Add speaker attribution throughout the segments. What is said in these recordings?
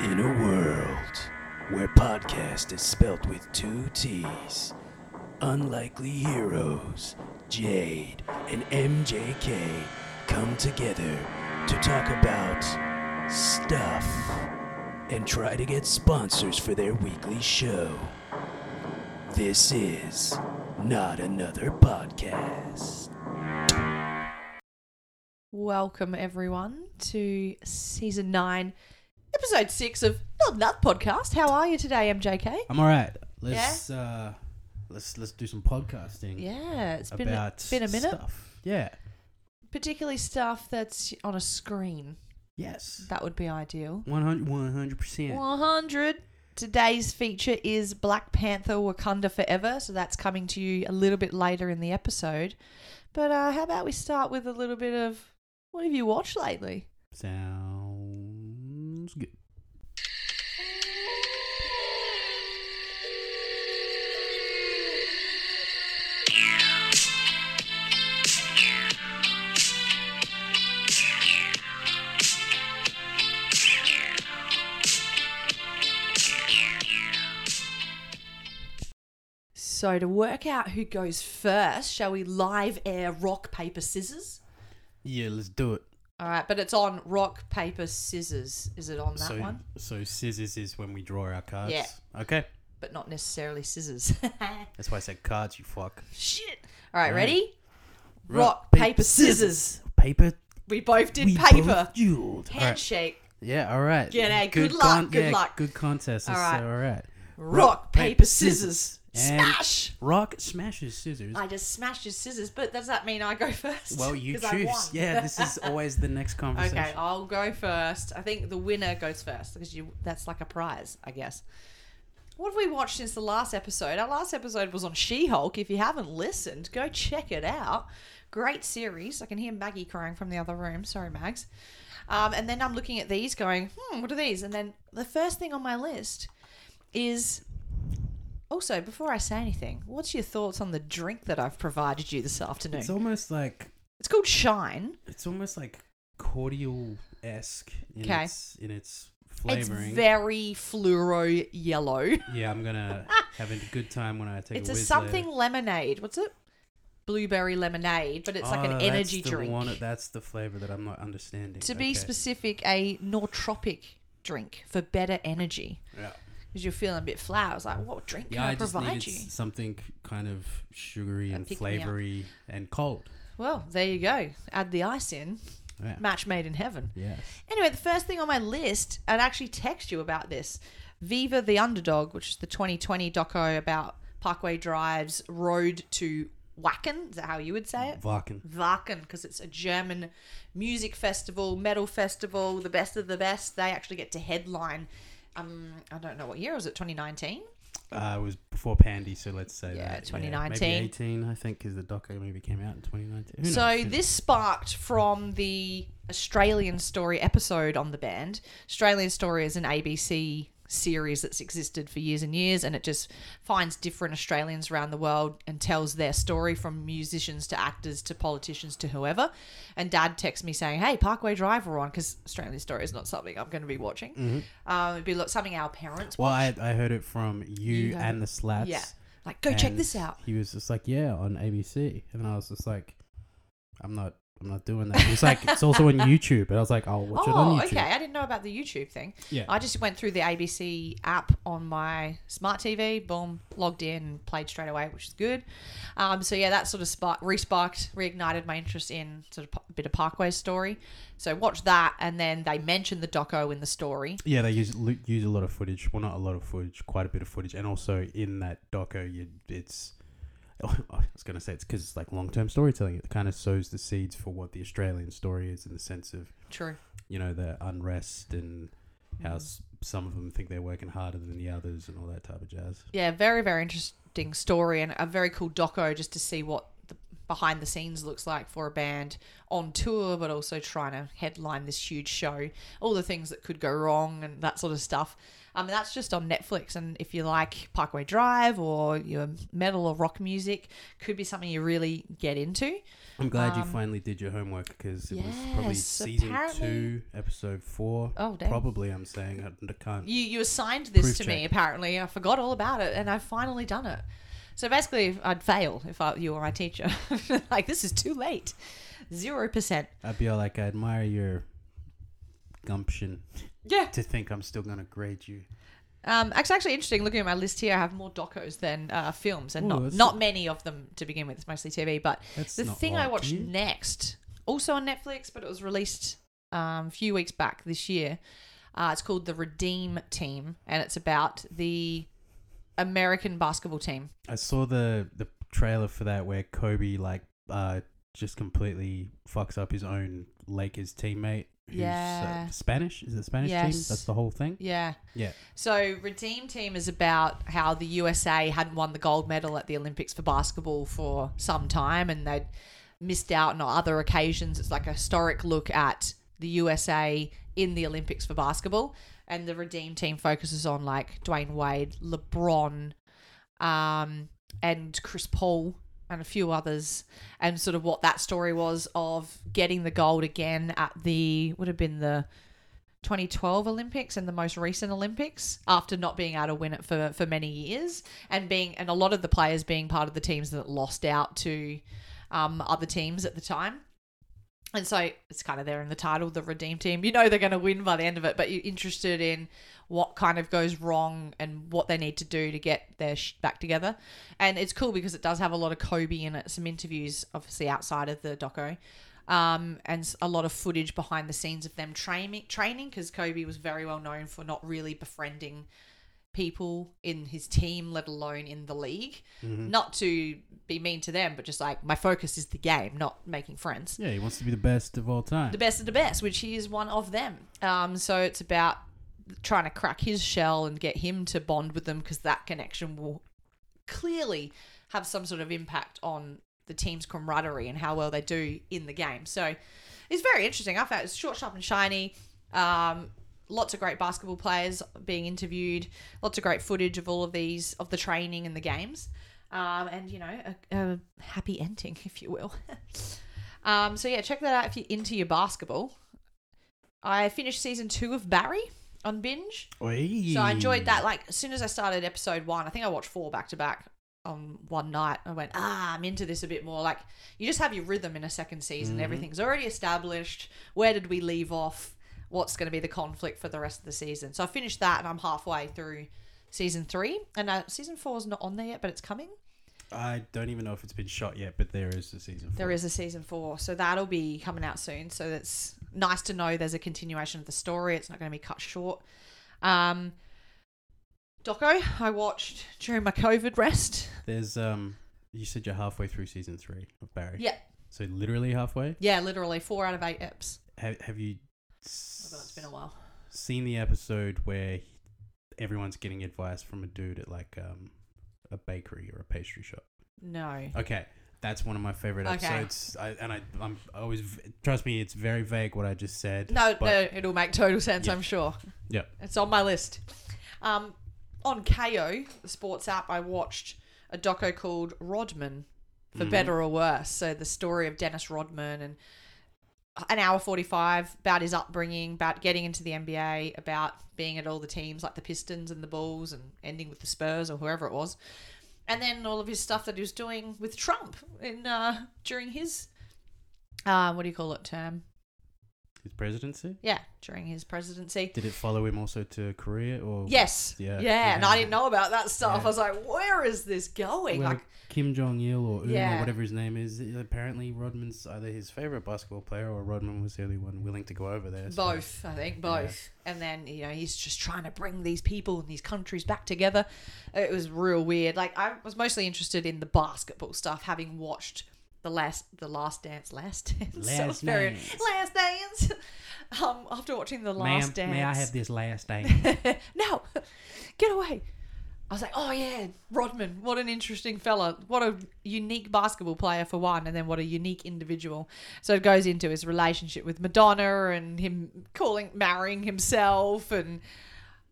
Speaker 1: In a world where podcast is spelt with two T's, unlikely heroes, Jade and MJK come together to talk about stuff and try to get sponsors for their weekly show. This is not another podcast.
Speaker 2: Welcome everyone to season nine, episode six of Not Nut Podcast. How are you today, MJK?
Speaker 3: I'm all right. Let's uh, let's let's do some podcasting.
Speaker 2: Yeah, it's been a,
Speaker 3: about
Speaker 2: been a minute,
Speaker 3: Stuff. Yeah.
Speaker 2: particularly stuff that's on a screen.
Speaker 3: Yes.
Speaker 2: That would be ideal.
Speaker 3: 100 percent.
Speaker 2: One hundred. Today's feature is Black Panther: Wakanda Forever, so that's coming to you a little bit later in the episode. But uh, how about we start with a little bit of what have you watched lately?
Speaker 3: Sounds good.
Speaker 2: So to work out who goes first, shall we live air rock paper scissors?
Speaker 3: Yeah, let's do it.
Speaker 2: All right, but it's on rock, paper, scissors. Is it on that
Speaker 3: so
Speaker 2: one?
Speaker 3: so scissors is when we draw our cards.
Speaker 2: Yeah.
Speaker 3: Okay.
Speaker 2: But not necessarily scissors.
Speaker 3: That's why I said cards. You fuck.
Speaker 2: Shit. All right,
Speaker 3: Right.
Speaker 2: ready? Rock,
Speaker 3: Rock,
Speaker 2: paper,
Speaker 3: paper,
Speaker 2: scissors.
Speaker 3: Paper.
Speaker 2: We both did
Speaker 3: we
Speaker 2: paper.
Speaker 3: both dueled. All right.
Speaker 2: Handshake.
Speaker 3: Yeah. All right.
Speaker 2: G'day, good luck, good
Speaker 3: yeah,
Speaker 2: luck.
Speaker 3: Good contest.
Speaker 2: All
Speaker 3: All
Speaker 2: right.
Speaker 3: right. All right.
Speaker 2: Rock, paper, scissors.
Speaker 3: And-
Speaker 2: Smash.
Speaker 3: Rock smashes scissors.
Speaker 2: I just smashed your scissors, but does that mean I go first?
Speaker 3: well, you
Speaker 2: 'Cause I won.
Speaker 3: choose. Yeah. This is always the next conversation.
Speaker 2: Okay, I'll go first. I think the winner goes first because you that's like a prize, I guess. What have we watched since the last episode? Our last episode was on She-Hulk. If you haven't listened, go check it out. Great series. I can hear Maggie crying from the other room. Sorry, Mags. Um, and then I'm looking at these, going, "Hmm, what are these?" And then the first thing on my list is also before I say anything, what's your thoughts on the drink that I've provided you this afternoon?
Speaker 3: It's almost like
Speaker 2: it's called Shine.
Speaker 3: it's almost like cordial esque in
Speaker 2: Okay.
Speaker 3: its in its flavoring.
Speaker 2: It's very fluoro yellow.
Speaker 3: yeah, I'm gonna have a good time when I take
Speaker 2: it's
Speaker 3: a
Speaker 2: a
Speaker 3: whiz
Speaker 2: something
Speaker 3: later.
Speaker 2: lemonade. What's it? Blueberry lemonade, but it's like
Speaker 3: Oh,
Speaker 2: an
Speaker 3: that's
Speaker 2: energy
Speaker 3: the
Speaker 2: drink.
Speaker 3: one- that's the flavor that I'm not understanding.
Speaker 2: to be
Speaker 3: Okay.
Speaker 2: specific, a nootropic drink for better energy
Speaker 3: Yeah,
Speaker 2: because you're feeling a bit flat. I was like, what drink can
Speaker 3: yeah
Speaker 2: I,
Speaker 3: I just
Speaker 2: provide
Speaker 3: needed
Speaker 2: you?
Speaker 3: something kind of sugary
Speaker 2: A
Speaker 3: and
Speaker 2: pick-me-up.
Speaker 3: flavory and cold.
Speaker 2: Well, there you go. Add the ice in.
Speaker 3: Yeah.
Speaker 2: Match made in heaven.
Speaker 3: Yes.
Speaker 2: Anyway, the first thing on my list, I'd actually text you about this. Viva the Underdog, which is the 2020 doco about Parkway Drive's road to Wacken. Is that how you would say it?
Speaker 3: Vaken.
Speaker 2: Wacken, because it's a German music festival, metal festival, the best of the best. They actually get to headline. Um, I don't know what year was it, 2019?
Speaker 3: Uh, it was before Pandy, so let's say
Speaker 2: Yeah,
Speaker 3: that. maybe
Speaker 2: 2019.
Speaker 3: 18, I think, because the doco movie came out in 2019. Who knows?
Speaker 2: So
Speaker 3: Who knows?
Speaker 2: this sparked from the Australian Story episode on the band. Australian Story is an ABC series that's existed for years and years, and it just finds different Australians around the world and tells their story from musicians to actors to politicians to whoever. And Dad texts me saying, "Hey, Parkway Drive are on," because Australian Story is not something I'm going to be watching.
Speaker 3: Mm-hmm.
Speaker 2: Um, it'd be lo- something our parents.
Speaker 3: Well, I, I heard it from you,
Speaker 2: You heard
Speaker 3: and the Slats.
Speaker 2: yeah, like go check
Speaker 3: and
Speaker 2: this out.
Speaker 3: He was just like, yeah, on ABC, and I was just like, I'm not, I'm not doing that. He's like, it's also on YouTube, and I was like, I'll watch it
Speaker 2: Oh,
Speaker 3: on YouTube.
Speaker 2: okay. I didn't know about the YouTube thing.
Speaker 3: Yeah.
Speaker 2: I just went through the ABC app on my smart TV, boom, logged in, and played straight away, which is good. Um, so yeah, that sort of spark, resparked, reignited my interest in sort of pa- a bit of Parkway story. So watch that, and then they mentioned the doco in the story.
Speaker 3: Yeah, they use lu- use a lot of footage. Well, not a lot of footage, quite a bit of footage, and also in that doco, you, it's. I was gonna say it's because it's like long term storytelling. It kind of sows the seeds for what the Australian story is in the sense of
Speaker 2: True.
Speaker 3: you know the unrest and
Speaker 2: Mm.
Speaker 3: how s- some of them think they're working harder than the others and all that type of jazz.
Speaker 2: Yeah, very very interesting story and a very cool doco just to see what the behind the scenes looks like for a band on tour, but also trying to headline this huge show, all the things that could go wrong and that sort of stuff. Um, that's just on Netflix. And if you like Parkway Drive or your metal or rock music, could be something you really get into.
Speaker 3: I'm glad you finally did your homework because it was probably
Speaker 2: Um, yes,
Speaker 3: season
Speaker 2: apparently-
Speaker 3: two, episode four.
Speaker 2: Oh, damn.
Speaker 3: Probably, I'm saying I can't.
Speaker 2: You you assigned this
Speaker 3: Proof
Speaker 2: to
Speaker 3: check.
Speaker 2: me apparently. I forgot all about it, and I've finally done it. So basically, if I'd fail if I, you were my teacher. like this is too late, zero percent.
Speaker 3: I'd be all like, I admire your gumption
Speaker 2: Yeah.
Speaker 3: to think I'm still gonna grade you.
Speaker 2: Um, it's actually interesting looking at my list here. I have more docos than uh, films, and
Speaker 3: Ooh,
Speaker 2: not
Speaker 3: that's-
Speaker 2: not many of them to begin with. It's mostly TV. But
Speaker 3: That's
Speaker 2: the
Speaker 3: not
Speaker 2: thing I
Speaker 3: odd,
Speaker 2: watched
Speaker 3: do you?
Speaker 2: next, also on Netflix, but it was released um, a few weeks back this year. Uh, it's called The Redeem Team, and it's about the American basketball team.
Speaker 3: I saw the the trailer for that where Kobe like uh just completely fucks up his own Lakers teammate. Who's
Speaker 2: Yeah.
Speaker 3: uh, Spanish? Is it Spanish team?
Speaker 2: Yes.
Speaker 3: That's the whole thing.
Speaker 2: Yeah.
Speaker 3: Yeah.
Speaker 2: So Redeem Team is about how the USA hadn't won the gold medal at the Olympics for basketball for some time and they'd missed out on other occasions. It's like a historic look at the USA in the Olympics for basketball. And the Redeem Team focuses on like Dwayne Wade, LeBron, um, and Chris Paul and a few others, and sort of what that story was of getting the gold again at the would have been the 2012 Olympics and the most recent Olympics after not being able to win it for for many years, and being and a lot of the players being part of the teams that lost out to um, other teams at the time. And so it's kind of there in the title, the Redeem Team. You know they're going to win by the end of it, but you're interested in what kind of goes wrong and what they need to do to get their sh- back together. And it's cool because it does have a lot of Kobe in it, some interviews, obviously, outside of the doco, um, and s- a lot of footage behind the scenes of them training, training because Kobe was very well known for not really befriending people in his team, let alone in the league. Not to be mean to them, but just like my focus is the game, not making friends
Speaker 3: Yeah, he wants to be the best of all time.
Speaker 2: the best of the best, which he is one of them. Um, so it's about trying to crack his shell and get him to bond with them because that connection will clearly have some sort of impact on the team's camaraderie and how well they do in the game. So it's very interesting. I found it's short, sharp, and shiny. Um, lots of great basketball players being interviewed. Lots of great footage of all of these of the training and the games. Um, and you know, a, a happy ending, if you will. Um, so yeah, check that out if you're into your basketball. I finished season two of Barry on binge, so I enjoyed that. Like as soon as I started episode one, I think I watched four back to back on one night. I went, ah, I'm into this a bit more. Like you just have your rhythm in a second season. Everything's already established. Where did we leave off? What's going to be the conflict for the rest of the season? So I finished that, and I'm halfway through season three. And uh, season four is not on there yet, but it's coming.
Speaker 3: I don't even know if it's been shot yet, but there is a season four.
Speaker 2: There is a season four, so that'll be coming out soon. So that's nice to know. There's a continuation of the story. It's not going to be cut short. Um, Doco, I watched during my COVID rest.
Speaker 3: There's um. You said you're halfway through season three of Barry.
Speaker 2: Yeah,
Speaker 3: So literally halfway.
Speaker 2: yeah, literally four out of eight eps.
Speaker 3: Have Have you?
Speaker 2: Although Oh it's been a while.
Speaker 3: seen the episode where he- everyone's getting advice from a dude at like um, a bakery or a pastry shop.
Speaker 2: No.
Speaker 3: Okay, that's one of my favorite
Speaker 2: Okay.
Speaker 3: episodes. I, and I, I'm I always v- trust me, it's very vague what I just said.
Speaker 2: No,
Speaker 3: but
Speaker 2: no, it'll make total sense,
Speaker 3: Yeah.
Speaker 2: I'm sure.
Speaker 3: Yeah.
Speaker 2: It's on my list. Um, on KO, the sports app, I watched a doco called Rodman, for
Speaker 3: Mm-hmm.
Speaker 2: better or worse. So the story of Dennis Rodman and an hour 45 about his upbringing, about getting into the NBA, about being at all the teams like the Pistons and the Bulls and ending with the Spurs or whoever it was. And then all of his stuff that he was doing with Trump in uh, during his uh, what do you call it term?
Speaker 3: his presidency.
Speaker 2: Yeah, during his presidency.
Speaker 3: Did it follow him also to Korea or
Speaker 2: Yes.
Speaker 3: Yeah.
Speaker 2: Yeah. And I didn't know about that stuff.
Speaker 3: Yeah.
Speaker 2: I was like, where is this going?
Speaker 3: Well,
Speaker 2: like,
Speaker 3: Kim Jong Il or Un or
Speaker 2: Yeah.
Speaker 3: whatever his name is. Apparently, Rodman's either his favorite basketball player or Rodman was the only one willing to go over there. so-
Speaker 2: both, I think, both. And then, you know, he's just trying to bring these people and these countries back together. It was real weird. Like, I was mostly interested in the basketball stuff, having watched. The last, the last dance, last dance.
Speaker 3: Last
Speaker 2: Sounds very-
Speaker 3: Dance.
Speaker 2: last dance. Um, after watching the last
Speaker 3: Ma'am,
Speaker 2: dance,
Speaker 3: may I have this last thing?
Speaker 2: no, get away. I was like, oh yeah, Rodman, what an interesting fella. What a unique basketball player for one, and then what a unique individual. So it goes into his relationship with Madonna and him calling marrying himself and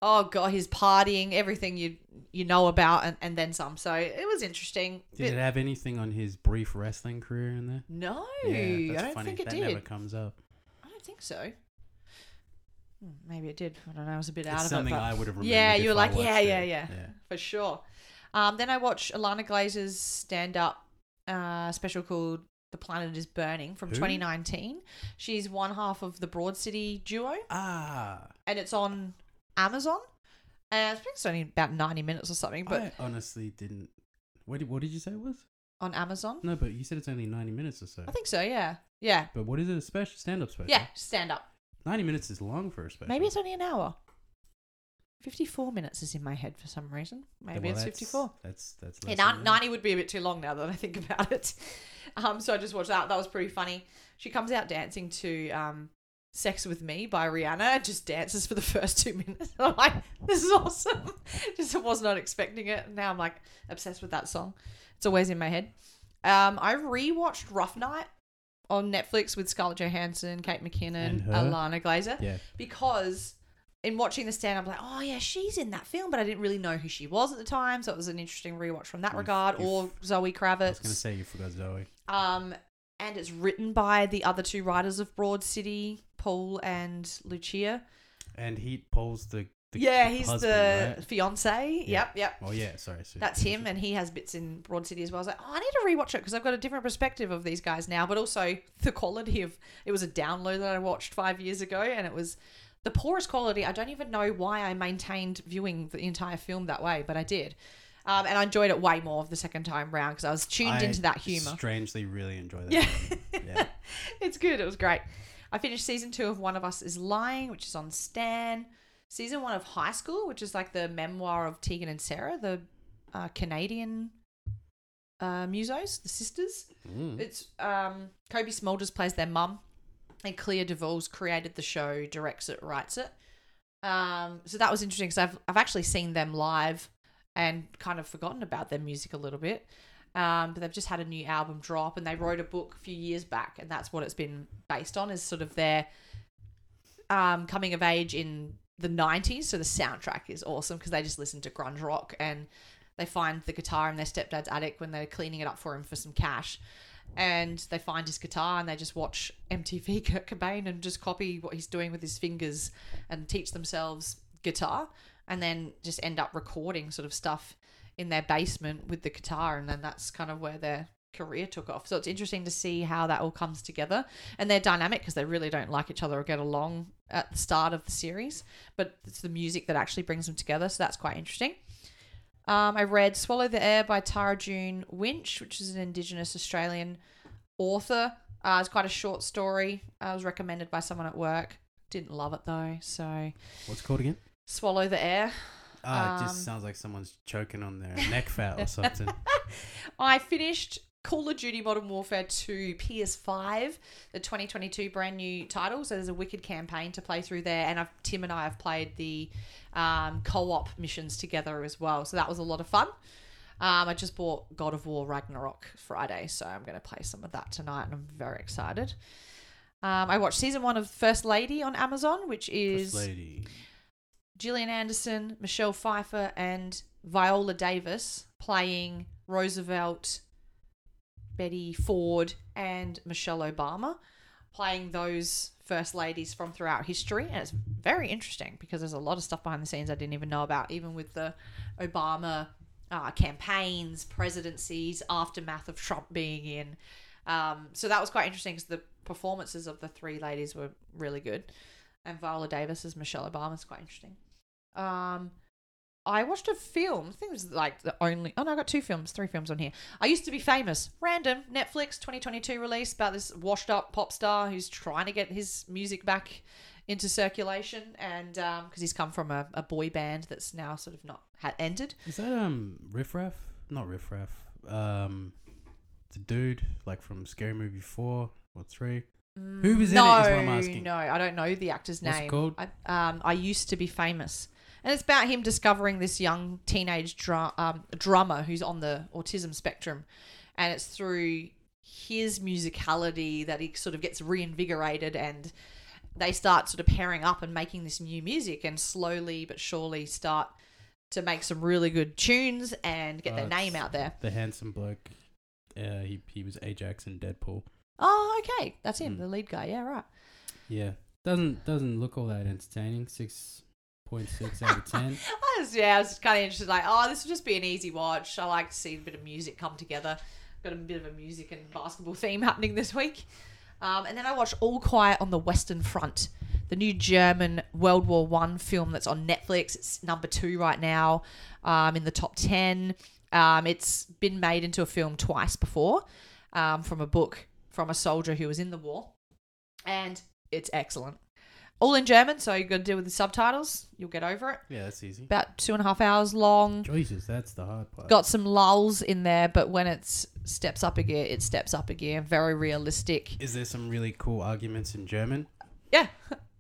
Speaker 2: oh god, his partying, everything you you know about and, and then some. So it was interesting.
Speaker 3: Did
Speaker 2: But
Speaker 3: it have anything on his brief wrestling career in there?
Speaker 2: no,
Speaker 3: Yeah,
Speaker 2: I
Speaker 3: that's
Speaker 2: don't
Speaker 3: funny.
Speaker 2: think it
Speaker 3: that
Speaker 2: did.
Speaker 3: never comes up.
Speaker 2: I don't think so. Hmm, Maybe it did. I don't know. I was a bit out
Speaker 3: It's
Speaker 2: of
Speaker 3: something
Speaker 2: it. but-
Speaker 3: I would have remembered.
Speaker 2: Yeah, you
Speaker 3: if
Speaker 2: were
Speaker 3: I
Speaker 2: like, yeah,
Speaker 3: watched
Speaker 2: yeah,
Speaker 3: it.
Speaker 2: yeah, for sure. Um, then I watched Alana Glazer's stand up uh, special called The Planet is Burning from
Speaker 3: Who?
Speaker 2: 2019. She's one half of the Broad City duo
Speaker 3: Ah,
Speaker 2: and it's on Amazon. And I think it's only about 90 minutes or something, but
Speaker 3: I honestly didn't. What did, what did you say it was?
Speaker 2: on Amazon.
Speaker 3: No, but you said it's only 90 minutes or so.
Speaker 2: I think so, yeah. Yeah.
Speaker 3: But what is it? A special stand up special?
Speaker 2: Yeah, stand up.
Speaker 3: 90 minutes is long for a special.
Speaker 2: Maybe it's only an hour. 54 minutes is in my head for some reason. Maybe
Speaker 3: Well,
Speaker 2: it's
Speaker 3: that's-
Speaker 2: 54.
Speaker 3: That's that's
Speaker 2: Yeah,
Speaker 3: less
Speaker 2: nine-
Speaker 3: than that.
Speaker 2: 90 would be a bit too long now that I think about it. Um, so I just watched that. That was pretty funny. She comes out dancing to um, Sex with Me by Rihanna and just dances for the first two minutes. I'm like, this is awesome. just was not expecting it. Now I'm like obsessed with that song. It's always in my head. Um, I rewatched Rough Night on Netflix with Scarlett Johansson, Kate
Speaker 3: And
Speaker 2: McKinnon,
Speaker 3: her.
Speaker 2: Alana Glazer
Speaker 3: Yeah.
Speaker 2: because in watching the stand, I'm like, oh yeah, she's in that film, but I didn't really know who she was at the time, so it was an interesting rewatch from that
Speaker 3: You've-
Speaker 2: regard. Or
Speaker 3: you've-
Speaker 2: Zoe
Speaker 3: I was going to
Speaker 2: Kravitz,
Speaker 3: say you forgot Zoe.
Speaker 2: um, and it's written by the other two writers of Broad City, Paul and Lucia.
Speaker 3: And he pulls the. the
Speaker 2: yeah,
Speaker 3: the
Speaker 2: he's
Speaker 3: husband,
Speaker 2: the
Speaker 3: Right?
Speaker 2: fiance.
Speaker 3: Yeah.
Speaker 2: Yep, yep.
Speaker 3: Oh, yeah, sorry. so-
Speaker 2: That's him, and he has bits in Broad City as well. I was like, oh, I need to rewatch it because I've got a different perspective of these guys now, but also the quality of it was a download that I watched five years ago, and it was the poorest quality. I don't even know why I maintained viewing the entire film that way, but I did. Um, and I enjoyed it way more the second time round because I was tuned
Speaker 3: I
Speaker 2: into that humor.
Speaker 3: strangely really enjoy that.
Speaker 2: Yeah.
Speaker 3: film. yeah.
Speaker 2: It's good. It was great. I finished season two of One of Us is Lying, which is on Stan. Season one of High School, which is like the memoir of Tegan and Sarah, the uh, Canadian uh, musos, the sisters.
Speaker 3: Mm.
Speaker 2: It's um, Kobe Smulders plays their mum, and Claire Duvall's created the show, directs it, writes it. Um, so that was interesting because I've I've actually seen them live and kind of forgotten about their music a little bit. Um, but they've just had a new album drop, and they wrote a book a few years back, and that's what it's been based on is sort of their um, coming of age in the 90s. So the soundtrack is awesome because they just listen to grunge rock and they find the guitar in their stepdad's attic when they're cleaning it up for him for some cash. And they find his guitar and they just watch MTV Kurt Cobain and just copy what he's doing with his fingers and teach themselves guitar and then just end up recording sort of stuff in their basement with the guitar. And then that's kind of where their career took off. So it's interesting to see how that all comes together and they're dynamic because they really don't like each other or get along at the start of the series. But it's the music that actually brings them together, so that's quite interesting. Um, I read "Swallow the Air" by Tara June Winch, which is an Indigenous Australian author. Uh, it's quite a short story. Uh, it was recommended by someone at work. Didn't love it though, so
Speaker 3: What's it called again?
Speaker 2: "Swallow the Air."
Speaker 3: Ah, it just
Speaker 2: Um,
Speaker 3: sounds like someone's choking on their neck fat or something.
Speaker 2: I finished Call of Duty Modern Warfare 2 PS5, the 2022 brand new title. So there's a wicked campaign to play through there. And I've, Tim and I have played the um, co op missions together as well. So that was a lot of fun. Um, I just bought God of War Ragnarok Friday. So I'm going to play some of that tonight. And I'm very excited. Um, I watched season one of First Lady on Amazon, which
Speaker 3: First
Speaker 2: is.
Speaker 3: lady.
Speaker 2: Gillian Anderson, Michelle Pfeiffer, and Viola Davis playing Roosevelt, Betty Ford, and Michelle Obama, playing those first ladies from throughout history. And it's very interesting because there's a lot of stuff behind the scenes I didn't even know about, even with the Obama uh, campaigns, presidencies, aftermath of Trump being in. Um, so that was quite interesting because the performances of the three ladies were really good and Viola Davis as Michelle Obama is quite interesting. Um, I watched a film. I think it was like the only. Oh no, I got two films, three films on here. I used to be famous. Random Netflix 2022 release about this washed-up pop star who's trying to get his music back into circulation, and because he's come from a, a boy band that's now sort of not had ended.
Speaker 3: Is that um Riff Raff? Not Riff Raff. Um, the dude like from Scary Movie four or three. Who was in it? Is what I'm asking.
Speaker 2: No, I don't know the actor's
Speaker 3: What's it
Speaker 2: name.
Speaker 3: called?
Speaker 2: I, um, I used to be famous. And it's about him discovering this young teenage dra- um, drummer who's on the autism spectrum. And it's through his musicality that he sort of gets reinvigorated and they start sort of pairing up and making this new music and slowly but surely start to make some really good tunes and get
Speaker 3: Uh,
Speaker 2: their name
Speaker 3: it's-
Speaker 2: out there.
Speaker 3: The handsome bloke. Uh, he he was Ajax in Deadpool.
Speaker 2: Oh, okay. That's him,
Speaker 3: Mm.
Speaker 2: the lead guy. Yeah, right.
Speaker 3: Yeah, doesn't doesn't look all that entertaining. Six point six out of ten.
Speaker 2: I was, yeah, I was kind of interested. Like, oh, this will just be an easy watch. I like to see a bit of music come together. Got a bit of a music and basketball theme happening this week. Um, and then I watched All Quiet on the Western Front, the new German World War One film that's on Netflix. It's number two right now, um, in the top ten. Um, it's been made into a film twice before, um, from a book from a soldier who was in the war, and it's excellent. All in German, so you've got to deal with the subtitles. You'll get over it
Speaker 3: Yeah, that's easy.
Speaker 2: about two and a half hours long.
Speaker 3: Jesus, that's the hard part.
Speaker 2: Got some lulls in there, but when it steps up a gear, it steps up a gear. Very realistic.
Speaker 3: Is there some really cool arguments in German?
Speaker 2: Yeah,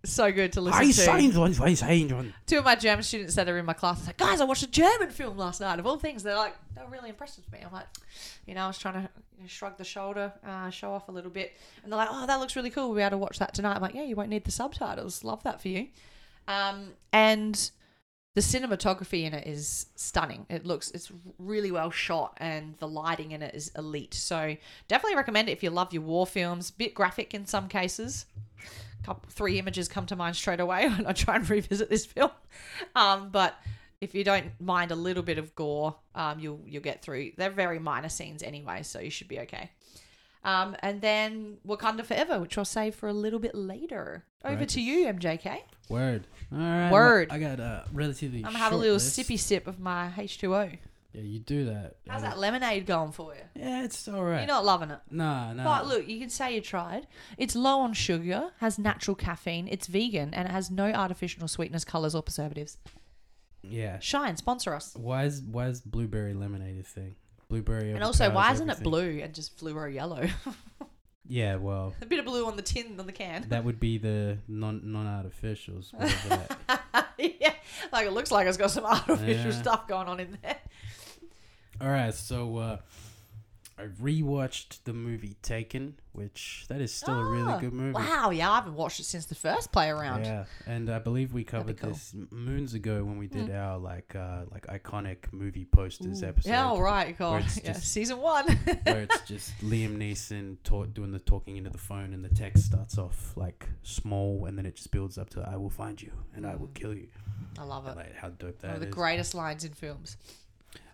Speaker 2: so good to listen to.
Speaker 3: one, I saying one.
Speaker 2: Two of my German students that are in my class was like, guys, I watched a German film last night. Of all things, they're like, they're really impressed with me. I'm like, you know, I was trying to you know, shrug the shoulder, uh, show off a little bit, and they're like, oh, that looks really cool. We'll be able to watch that tonight. I'm like, yeah, you won't need the subtitles. Love that for you. Um, and the cinematography in it is stunning. It looks it's really well shot and the lighting in it is elite. So definitely recommend it if you love your war films. Bit graphic in some cases. Couple, three images come to mind straight away when I try and revisit this film. Um, but if you don't mind a little bit of gore, um, you'll you'll get through. They're very minor scenes anyway, so you should be okay. Um, and then Wakanda Forever, which I'll save for a little bit later. Over
Speaker 3: Right.
Speaker 2: to you, MJK.
Speaker 3: Word. All right. well,
Speaker 2: Word.
Speaker 3: I got a relatively.
Speaker 2: I'm gonna have a
Speaker 3: short
Speaker 2: little
Speaker 3: list.
Speaker 2: sippy sip of my H2O.
Speaker 3: Yeah, you do that.
Speaker 2: How's
Speaker 3: Uh,
Speaker 2: that lemonade going for you?
Speaker 3: Yeah, it's all right.
Speaker 2: You're not loving it.
Speaker 3: nah, nah.
Speaker 2: But look, you can say you tried. It's low on sugar, has natural caffeine, it's vegan, and it has no artificial sweeteners, colours, or preservatives.
Speaker 3: Yeah.
Speaker 2: Shine, sponsor us.
Speaker 3: Why is why is blueberry lemonade a thing? Blueberry.
Speaker 2: And also, why
Speaker 3: overpowers
Speaker 2: isn't it
Speaker 3: everything.
Speaker 2: blue and just fluoro yellow?
Speaker 3: Yeah, well,
Speaker 2: a bit of blue on the tin, on the can.
Speaker 3: that would be the non non artificials. whatever that-
Speaker 2: yeah, like it looks like it's got some artificial
Speaker 3: Yeah.
Speaker 2: stuff going on in there.
Speaker 3: All right, so uh, I rewatched the movie Taken, which that is still a really
Speaker 2: Ah,
Speaker 3: good movie.
Speaker 2: Wow, yeah, I haven't watched it since the first play around.
Speaker 3: Yeah, and I believe we
Speaker 2: That'd be
Speaker 3: covered
Speaker 2: cool. Hmm.
Speaker 3: this m- moons ago when we did our like uh, like iconic movie posters episode.
Speaker 2: Yeah, all right, God.
Speaker 3: it's
Speaker 2: Yeah,
Speaker 3: just-
Speaker 2: season one.
Speaker 3: where it's just Liam Neeson ta- doing the talking into the phone, and the text starts off like small, and then it just builds up to "I will find you and I will kill you."
Speaker 2: I love it.
Speaker 3: Like how dope
Speaker 2: One
Speaker 3: that is.
Speaker 2: of Hmm. oh, the greatest lines in films.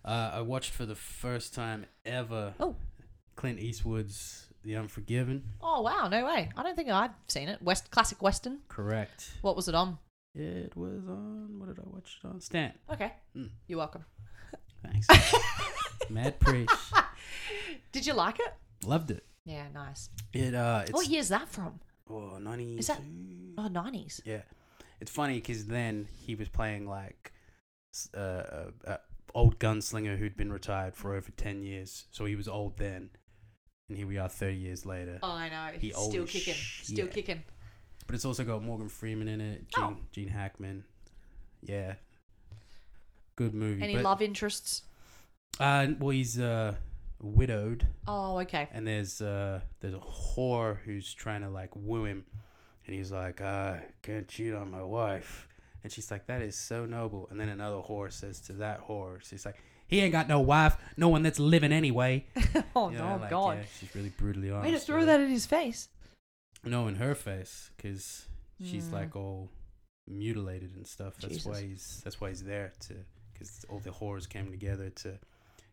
Speaker 3: uh, I watched for the first time ever.
Speaker 2: Oh.
Speaker 3: Clint Eastwood's The Unforgiven.
Speaker 2: Oh wow, no way. I don't think I've seen it. West classic western.
Speaker 3: Correct.
Speaker 2: What was it on?
Speaker 3: It was on. What did I watch it on? Stan.
Speaker 2: Okay.
Speaker 3: Mm.
Speaker 2: You're welcome.
Speaker 3: Thanks. Mad preach.
Speaker 2: Did you like it?
Speaker 3: Loved it.
Speaker 2: Yeah, nice.
Speaker 3: It uh,
Speaker 2: what
Speaker 3: it's
Speaker 2: year's that from?
Speaker 3: oh, 92.
Speaker 2: Is that- Oh, 90s.
Speaker 3: Yeah, it's funny because then he was playing like s- uh, uh, uh, old gunslinger who'd been retired for over ten years, so he was old then, and here we are thirty years later.
Speaker 2: Oh, I know.
Speaker 3: He
Speaker 2: He's still
Speaker 3: old as
Speaker 2: kicking.
Speaker 3: shit.
Speaker 2: Still kicking.
Speaker 3: But it's also got Morgan Freeman in it, Gene,
Speaker 2: Oh.
Speaker 3: Gene Hackman. Yeah, good movie.
Speaker 2: Any
Speaker 3: but,
Speaker 2: love interests?
Speaker 3: Uh, well, he's uh, widowed,
Speaker 2: Oh, okay.
Speaker 3: and there's uh, there's a whore who's trying to like woo him, and he's like, I can't cheat on my wife, and she's like, that is so noble. And then another whore says to that whore, she's like, he ain't got no wife, no one that's living anyway.
Speaker 2: Oh,
Speaker 3: You
Speaker 2: no,
Speaker 3: know, like,
Speaker 2: God.
Speaker 3: yeah, she's really brutally honest.
Speaker 2: Way to throw
Speaker 3: with
Speaker 2: that in his face.
Speaker 3: it. No, in her face, because she's
Speaker 2: Mm.
Speaker 3: like all mutilated and stuff. That's
Speaker 2: Jesus.
Speaker 3: why he's that's why he's there to, because all the whores came together to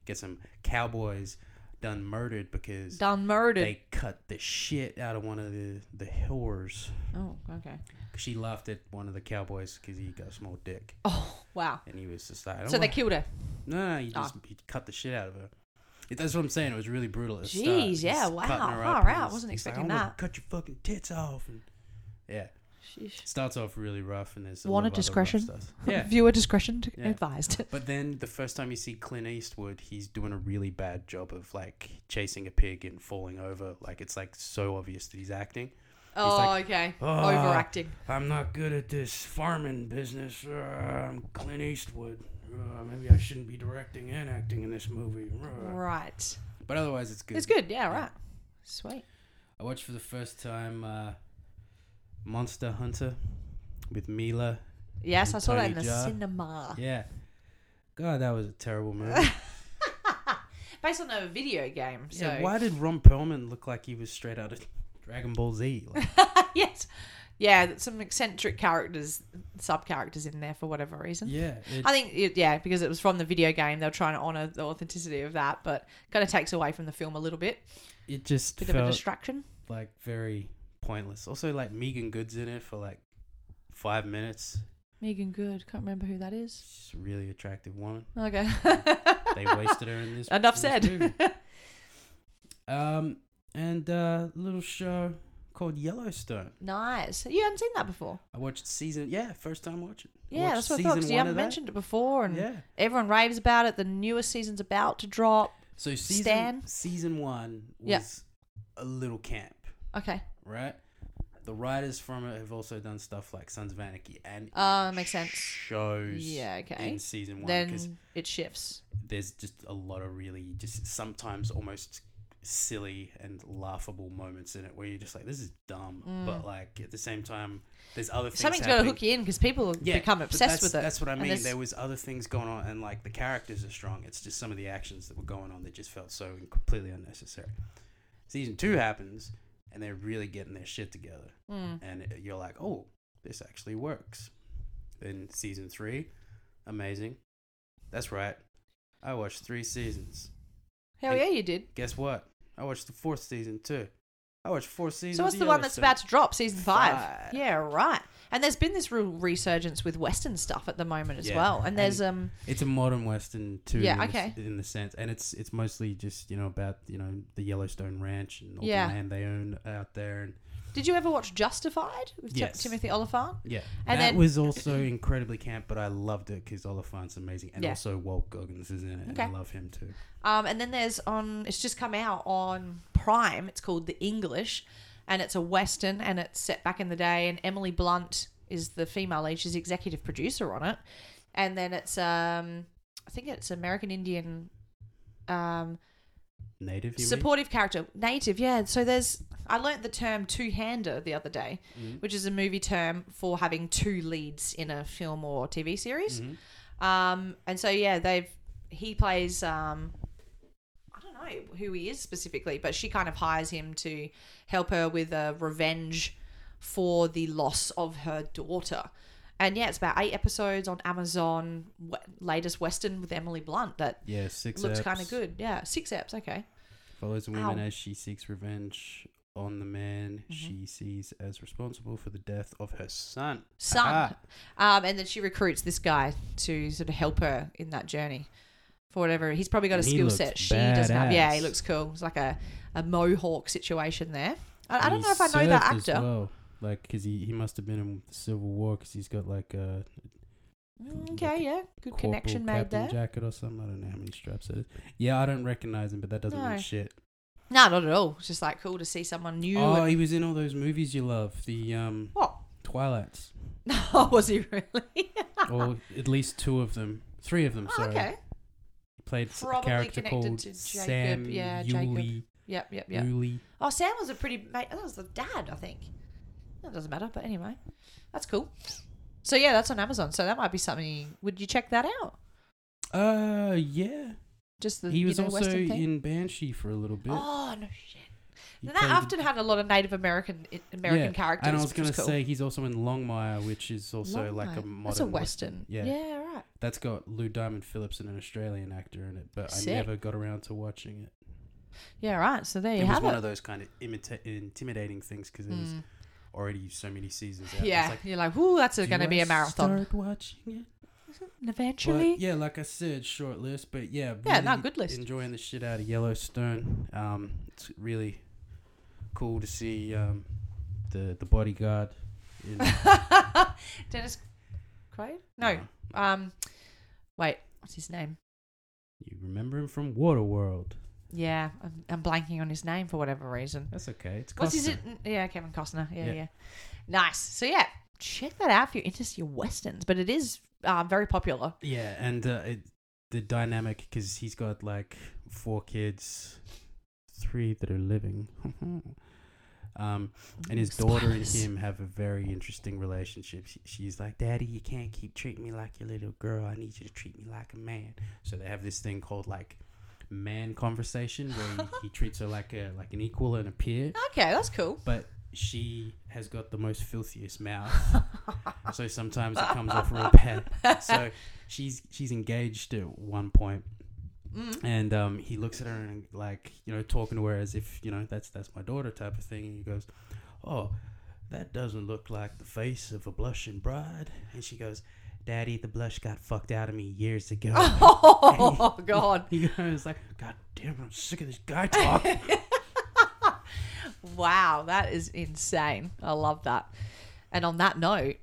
Speaker 3: get some cowboys done murdered because
Speaker 2: Done murdered.
Speaker 3: they cut the shit out of one of the the whores.
Speaker 2: Oh, okay.
Speaker 3: 'Cause She laughed at one of the cowboys because he got a small dick,
Speaker 2: Oh, wow.
Speaker 3: and he was just like, I don't
Speaker 2: So they
Speaker 3: want-
Speaker 2: killed her.
Speaker 3: no, no, he
Speaker 2: Ah.
Speaker 3: just he cut the shit out of her. It- That's what I'm saying. It was really brutal. At the start.
Speaker 2: Jeez,
Speaker 3: He's
Speaker 2: yeah,
Speaker 3: cutting
Speaker 2: wow,
Speaker 3: her
Speaker 2: far
Speaker 3: up, and
Speaker 2: out.
Speaker 3: he's-
Speaker 2: Wasn't
Speaker 3: he's like,
Speaker 2: expecting
Speaker 3: "I'm gonna
Speaker 2: that."
Speaker 3: Cut your fucking tits off, and yeah,
Speaker 2: Sheesh.
Speaker 3: starts off really rough, and there's a
Speaker 2: Wanted
Speaker 3: lot of other rough
Speaker 2: discretion.
Speaker 3: stuff. Yeah,
Speaker 2: Viewer discretion to-
Speaker 3: Yeah.
Speaker 2: advised.
Speaker 3: But then the first time you see Clint Eastwood, he's doing a really bad job of like "Ah." chasing a pig and falling over. Like it's like so obvious that he's acting.
Speaker 2: Oh,
Speaker 3: like,
Speaker 2: okay.
Speaker 1: "Oh,
Speaker 2: Overacting.
Speaker 1: I'm not good at this farming business. Uh, I'm Clint Eastwood. Uh, maybe I shouldn't be directing and acting in this movie. Uh."
Speaker 2: Right.
Speaker 3: But otherwise, it's good.
Speaker 2: It's good. Yeah, right. Sweet.
Speaker 3: I watched for the first time uh, Monster Hunter with Mila.
Speaker 2: Yes,
Speaker 3: And
Speaker 2: I saw that
Speaker 3: Tony
Speaker 2: in the
Speaker 3: Jaa.
Speaker 2: cinema.
Speaker 3: Yeah. God, that was a terrible movie.
Speaker 2: Based on a video game. So.
Speaker 3: yeah, why did Ron Perlman look like he was straight out of Dragon Ball Z? Like,
Speaker 2: yes. Yeah, th- some eccentric characters, sub characters in there for whatever reason.
Speaker 3: yeah. It,
Speaker 2: I think, it, yeah, because it was from the video game, they were trying to honor the authenticity of that, but kind of takes away from the film a little bit.
Speaker 3: it just
Speaker 2: Bit
Speaker 3: felt
Speaker 2: of a distraction.
Speaker 3: like very pointless. Also, like Megan Good's in it for like five minutes.
Speaker 2: Megan Good, can't remember who that is.
Speaker 3: She's a really attractive woman.
Speaker 2: Okay.
Speaker 3: They wasted her in this. in
Speaker 2: Enough
Speaker 3: this
Speaker 2: said.
Speaker 3: movie. Um, and uh, a little show called Yellowstone.
Speaker 2: nice. You haven't seen that before.
Speaker 3: I watched season. Yeah, first time watching. Watched
Speaker 2: Yeah, that's what I thought.
Speaker 3: season
Speaker 2: 'cause you
Speaker 3: one of
Speaker 2: haven't
Speaker 3: that.
Speaker 2: mentioned it before, and
Speaker 3: Yeah.
Speaker 2: everyone raves about it. The newest season's about to drop.
Speaker 3: So season
Speaker 2: Stan.
Speaker 3: season one was
Speaker 2: Yeah.
Speaker 3: a little camp,
Speaker 2: Okay.
Speaker 3: right? The writers from it have also done stuff like Sons of Anarchy and
Speaker 2: Ah,
Speaker 3: it
Speaker 2: makes sense.
Speaker 3: Shows
Speaker 2: Yeah, okay.
Speaker 3: in season one because
Speaker 2: Then it shifts.
Speaker 3: there's just a lot of really just sometimes almost silly and laughable moments in it where you're just like this is dumb, but like at the same time there's other things.
Speaker 2: Mm. Something's got to
Speaker 3: happening.
Speaker 2: hook you in because people have
Speaker 3: Yeah,
Speaker 2: become
Speaker 3: but
Speaker 2: obsessed
Speaker 3: that's-
Speaker 2: with it.
Speaker 3: That's what I
Speaker 2: And
Speaker 3: mean.
Speaker 2: there's-
Speaker 3: There was other things going on, and like the characters are strong. It's just some of the actions that were going on that just felt so completely unnecessary. Season two happens, and they're really getting their shit together,
Speaker 2: Mm.
Speaker 3: and it- you're like, oh, this actually works. Then season three, amazing. That's right. I watched three seasons.
Speaker 2: Hell yeah, you did.
Speaker 3: Guess what? I watched the fourth season too. I watched four seasons.
Speaker 2: So what's
Speaker 3: of
Speaker 2: the one that's
Speaker 3: Yellowstone.
Speaker 2: about to drop? Season five.
Speaker 3: Five.
Speaker 2: Yeah, right. And there's been this real resurgence with Western stuff at the moment as
Speaker 3: Yeah,
Speaker 2: well. And there's um
Speaker 3: It's a modern western too.
Speaker 2: Yeah,
Speaker 3: in the s-
Speaker 2: okay.
Speaker 3: in the sense, and it's it's mostly just you know about you know the Yellowstone Ranch and all
Speaker 2: Yeah.
Speaker 3: the land they own out there, and
Speaker 2: Did you ever watch Justified with Tim-
Speaker 3: Yes.
Speaker 2: Timothy Oliphant?
Speaker 3: yeah,
Speaker 2: And
Speaker 3: that
Speaker 2: then-
Speaker 3: was also incredibly camp, but I loved it because Oliphant's amazing, and
Speaker 2: Yeah.
Speaker 3: also Walt Goggins is in it, and I
Speaker 2: Okay.
Speaker 3: love him too.
Speaker 2: Um, and then there's on. It's just come out on Prime. It's called The English, and it's a western, and it's set back in the day. And Emily Blunt is the female lead. She's executive producer on it. And then it's um, I think it's American Indian, um,
Speaker 3: Native, you mean?
Speaker 2: supportive character, native. Yeah. So there's. I learnt the term two-hander the other day,
Speaker 3: Mm-hmm.
Speaker 2: which is a movie term for having two leads in a film or TV series.
Speaker 3: Mhm.
Speaker 2: Um, and so yeah, they've he plays um, I don't know who he is specifically, but she kind of hires him to help her with a revenge for the loss of her daughter. And yeah, it's about eight episodes on Amazon. w- Latest Western with Emily Blunt that
Speaker 3: Yeah, six
Speaker 2: looks
Speaker 3: eps,
Speaker 2: kind of good. Yeah, six eps. Okay.
Speaker 3: Follows a woman
Speaker 2: Ow. Mm-hmm.
Speaker 3: as she seeks revenge on the man she sees as responsible for the death of her son.
Speaker 2: son.
Speaker 3: Aha.
Speaker 2: Um, and then she recruits this guy to sort of help her in that journey for whatever. He's probably got
Speaker 3: And
Speaker 2: a
Speaker 3: he
Speaker 2: skill
Speaker 3: looks
Speaker 2: set. She doesn't have. Yeah, he
Speaker 3: badass.
Speaker 2: looks cool. It's like a, a mohawk situation there. I, I don't
Speaker 3: He
Speaker 2: know if I know that
Speaker 3: served as
Speaker 2: actor.
Speaker 3: well, like because he, he must have been in the Civil War because he's got like a
Speaker 2: Mm, Okay, yeah. Good
Speaker 3: corporal
Speaker 2: connection made
Speaker 3: captain
Speaker 2: there.
Speaker 3: Jacket or something. I don't know how many straps it is. Yeah, I don't recognize him, but that doesn't
Speaker 2: No.
Speaker 3: mean shit.
Speaker 2: No, not at all. It's just like cool to see someone new.
Speaker 3: oh,
Speaker 2: and-
Speaker 3: he was in all those movies you love, the um,
Speaker 2: What?
Speaker 3: Twilights,
Speaker 2: No, was he really?
Speaker 3: or at least two of them, three of them.
Speaker 2: Oh,
Speaker 3: Oh, sorry,
Speaker 2: okay.
Speaker 3: he played s- a
Speaker 2: Probably
Speaker 3: character
Speaker 2: connected
Speaker 3: called
Speaker 2: to Jacob,
Speaker 3: Sam
Speaker 2: yeah, Jacob.
Speaker 3: Yuli.
Speaker 2: Yep, yep, yep.
Speaker 3: Yuli.
Speaker 2: Oh, Sam was a pretty mate. That was the dad, I think. That doesn't matter, but anyway, that's cool. So yeah, that's on Amazon. So that might be something. Would you check that out?
Speaker 3: Uh, yeah,
Speaker 2: Just the
Speaker 3: he was
Speaker 2: you know,
Speaker 3: also
Speaker 2: Western thing.
Speaker 3: in Banshee for a little bit.
Speaker 2: oh no shit!
Speaker 3: He
Speaker 2: that
Speaker 3: played-
Speaker 2: often had a lot of Native American i- American characters.
Speaker 3: And I was
Speaker 2: which
Speaker 3: gonna
Speaker 2: cool.
Speaker 3: say he's also in Longmire, which is also like a
Speaker 2: Longmire.
Speaker 3: modern.
Speaker 2: That's a western.
Speaker 3: Yeah.
Speaker 2: yeah, right.
Speaker 3: That's got Lou Diamond Phillips and an Australian actor in it, but
Speaker 2: Sick.
Speaker 3: I never got around to watching it.
Speaker 2: Yeah, right. So there you
Speaker 3: it was
Speaker 2: have
Speaker 3: one
Speaker 2: it.
Speaker 3: of those kind of imita- intimidating things because there's
Speaker 2: Mm.
Speaker 3: already so many seasons out.
Speaker 2: yeah,
Speaker 3: It's like,
Speaker 2: you're like, ooh, that's
Speaker 3: do
Speaker 2: going to be
Speaker 3: I
Speaker 2: a marathon.
Speaker 3: Start watching it.
Speaker 2: And
Speaker 3: But,
Speaker 2: Eventually,
Speaker 3: yeah, like I said, short list, but yeah,
Speaker 2: Yeah, no, good list.
Speaker 3: Enjoying the shit out of Yellowstone. Um, it's really cool to see um, the the bodyguard. In, uh,
Speaker 2: Dennis Quaid. No, um, wait, what's his name?
Speaker 3: you remember him from Waterworld.
Speaker 2: Yeah, I'm, I'm blanking on his name for whatever reason.
Speaker 3: That's okay. It's
Speaker 2: What's his?
Speaker 3: Costa.
Speaker 2: n- Yeah, Kevin Costner. Yeah,
Speaker 3: Yeah.
Speaker 2: yeah, Nice. So yeah, check that out if you're interested in your westerns. But it is uh, very popular.
Speaker 3: Yeah, and uh, it, the dynamic because he's got like four kids, three that are living. um, and his daughter and
Speaker 2: Spoilers.
Speaker 3: him have a very interesting relationship. She, she's like, "Daddy, you can't keep treating me like your little girl. I need you to treat me like a man." So they have this thing called like man conversation where he, he treats her like a like an equal and a peer
Speaker 2: Okay, that's cool.
Speaker 3: but she has got the most filthiest mouth. so sometimes it comes off real bad. So she's she's engaged at one point, and um, he looks at her and like you know talking to her as if you know that's that's my daughter type of thing. And he goes, "Oh, that doesn't look like the face of a blushing bride." And she goes, "Daddy, the blush got fucked out of me years ago."
Speaker 2: Oh God!
Speaker 3: He goes like, "God damn, I'm sick of this guy talk."
Speaker 2: Wow, that is insane. I love that. And on that note,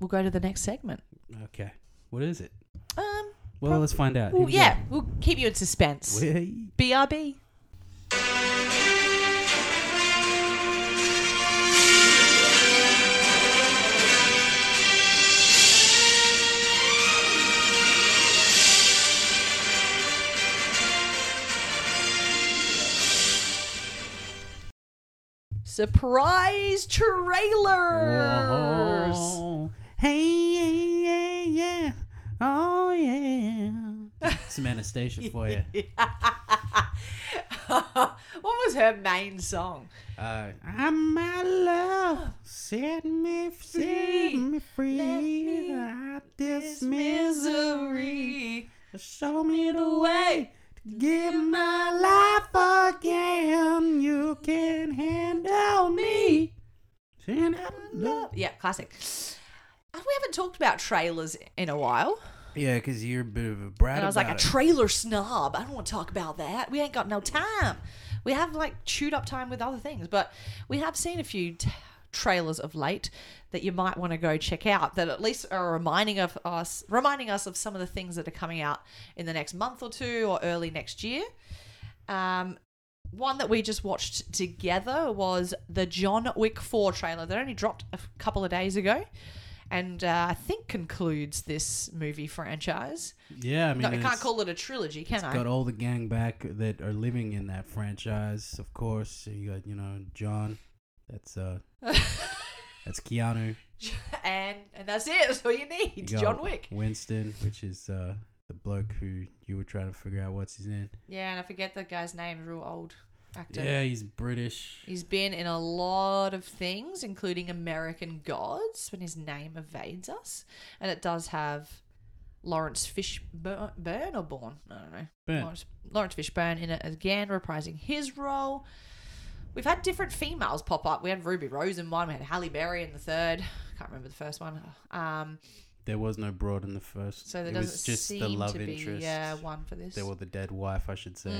Speaker 2: we'll go to the next segment.
Speaker 3: okay, what is it?
Speaker 2: Um.
Speaker 3: Well, let's find out. Here
Speaker 2: Well,
Speaker 3: we
Speaker 2: yeah, we'll keep you in suspense.
Speaker 3: go. Whee.
Speaker 2: BRB. Surprise trailers!
Speaker 3: Whoa. Hey, yeah, yeah, yeah. Oh, yeah. It's Anastasia for you.
Speaker 2: what was her main song?
Speaker 3: Uh, I'm my love. Set me, set
Speaker 2: Free.
Speaker 3: me
Speaker 2: Let
Speaker 3: free.
Speaker 2: me
Speaker 3: Out this misery. Show me the way. to Give my life again. You can handle me. And I love.
Speaker 2: Yeah, classic. And we haven't talked about trailers in a while.
Speaker 3: Yeah, because you're a bit of a brat.
Speaker 2: And I was like, a
Speaker 3: about it.
Speaker 2: trailer snob. I don't want to talk about that. We ain't got no time. We have like chewed up time with other things, but we have seen a few t- trailers of late that you might want to go check out. That at least are reminding of us, reminding us of some of the things that are coming out in the next month or two or early next year. Um, one that we just watched together was the John Wick 4 trailer that only dropped a f- couple of days ago and uh, I think concludes this movie franchise.
Speaker 3: yeah, I mean,
Speaker 2: No, I can't
Speaker 3: it's-
Speaker 2: call it a trilogy, can I?
Speaker 3: got all the gang back that are living in that franchise, of course. So you got, you know, John. That's uh that's Keanu.
Speaker 2: and and that's it. That's all you
Speaker 3: You
Speaker 2: need.
Speaker 3: got
Speaker 2: John Wick.
Speaker 3: Winston, which is uh the bloke who you were trying to figure out what's his name.
Speaker 2: Yeah, and I forget the guy's name. Real old actor.
Speaker 3: Yeah, he's British.
Speaker 2: He's been in a lot of things, including American Gods, when his name evades us, and it does have Lawrence Fishburne or Bourne. I don't know.
Speaker 3: Burn.
Speaker 2: Lawrence, Lawrence Fishburne in it again, reprising his role. We've had different females pop up. We had Ruby Rose in one. We had Halle Berry in the third. I can't remember the first one. Um,
Speaker 3: There was no broad in the first.
Speaker 2: So there
Speaker 3: it
Speaker 2: doesn't
Speaker 3: was just
Speaker 2: seem
Speaker 3: the love
Speaker 2: to be
Speaker 3: interest.
Speaker 2: yeah one Hmm. for this.
Speaker 3: There were the dead wife, I should say.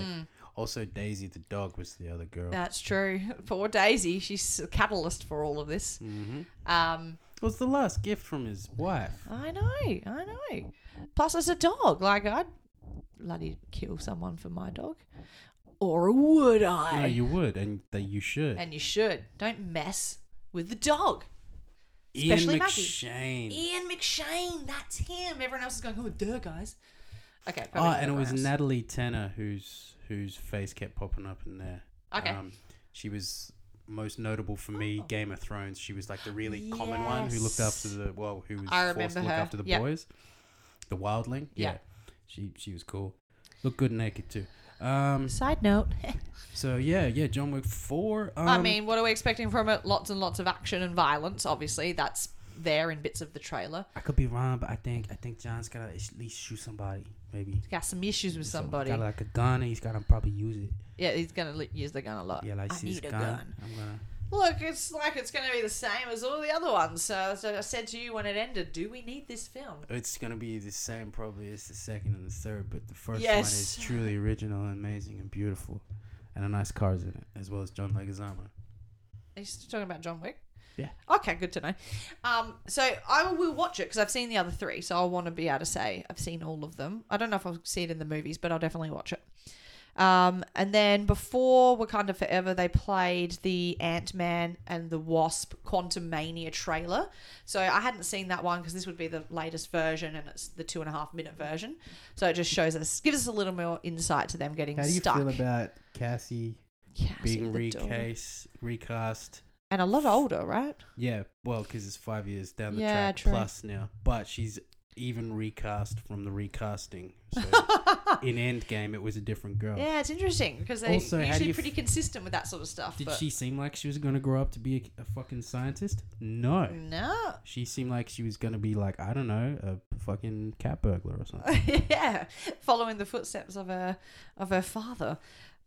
Speaker 3: Also, Daisy the dog was the other girl.
Speaker 2: That's true. Poor Daisy, she's a catalyst for all of this.
Speaker 3: hmm
Speaker 2: Um,
Speaker 3: It was the last gift from his wife.
Speaker 2: I know, I know. Plus, it's a dog. Like I'd bloody kill someone for my dog, or would I?
Speaker 3: No, you would, and that you should.
Speaker 2: and you should. Don't mess with the dog.
Speaker 3: Ian
Speaker 2: especially Maggie.
Speaker 3: McShane.
Speaker 2: Ian McShane, that's him. Everyone else is going, oh, duh, guys. Okay. probably
Speaker 3: Oh,
Speaker 2: not
Speaker 3: and it was
Speaker 2: everyone else.
Speaker 3: Natalie Tanner whose whose face kept popping up in there.
Speaker 2: Okay.
Speaker 3: Um, she was most notable for me Game of Thrones. She was like the really common one who looked after
Speaker 2: Yes.
Speaker 3: the well, who was
Speaker 2: I
Speaker 3: forced to
Speaker 2: remember
Speaker 3: look
Speaker 2: her.
Speaker 3: after the
Speaker 2: Yep.
Speaker 3: boys, the wildling. Yeah.
Speaker 2: Yeah.
Speaker 3: she she was cool. Looked good naked too. Um.
Speaker 2: Side note.
Speaker 3: So yeah, yeah. John Wick four. Um,
Speaker 2: I mean, what are we expecting from it? Lots and lots of action and violence. Obviously, that's there in bits of the trailer.
Speaker 3: I could be wrong, but I think I think John's gotta at least shoot somebody. Maybe
Speaker 2: He's got some issues with somebody.
Speaker 3: Got like a gun, and he's gotta probably use it.
Speaker 2: Yeah, he's gonna li- use the gun a lot.
Speaker 3: Yeah, like
Speaker 2: I
Speaker 3: see his
Speaker 2: need a
Speaker 3: gun.
Speaker 2: gun.
Speaker 3: I'm gonna.
Speaker 2: Look, it's like it's gonna be the same as all the other ones. So, as I said to you when it ended, do we need this film?
Speaker 3: It's gonna be the same probably as the second and the third, but the first one is
Speaker 2: Yes.
Speaker 3: truly original and amazing and beautiful, and a nice car's in it as well as John Leguizamo.
Speaker 2: Are you still talking about John Wick?
Speaker 3: Yeah.
Speaker 2: Okay, good to know. Um, so I will watch it because I've seen the other three, so I want to be able to say I've seen all of them. I don't know if I'll see it in the movies, but I'll definitely watch it. Um, and then before Wakanda Forever, they played the Ant Man and the Wasp Quantum Mania trailer. So I hadn't seen that one because this would be the latest version and it's the two and a half minute version. So it just shows us, gives us a little more insight to them getting
Speaker 3: How do you
Speaker 2: stuck.
Speaker 3: feel about Cassie
Speaker 2: yeah, I see
Speaker 3: being
Speaker 2: the door.
Speaker 3: recase, recast?
Speaker 2: And a lot older, right?
Speaker 3: Yeah, well, because it's five years down the
Speaker 2: Yeah,
Speaker 3: track
Speaker 2: true.
Speaker 3: plus now, but she's even recast from the recasting. So in Endgame, it was a different girl.
Speaker 2: Yeah, it's interesting because they're
Speaker 3: Oh. Also, how do
Speaker 2: usually
Speaker 3: you f-
Speaker 2: pretty consistent with that sort of stuff.
Speaker 3: Did
Speaker 2: but
Speaker 3: she seem like she was going to grow up to be a, a fucking scientist? No.
Speaker 2: No.
Speaker 3: She seemed like she was going to be like, I don't know, a fucking cat burglar or something.
Speaker 2: yeah, following the footsteps of her of her father.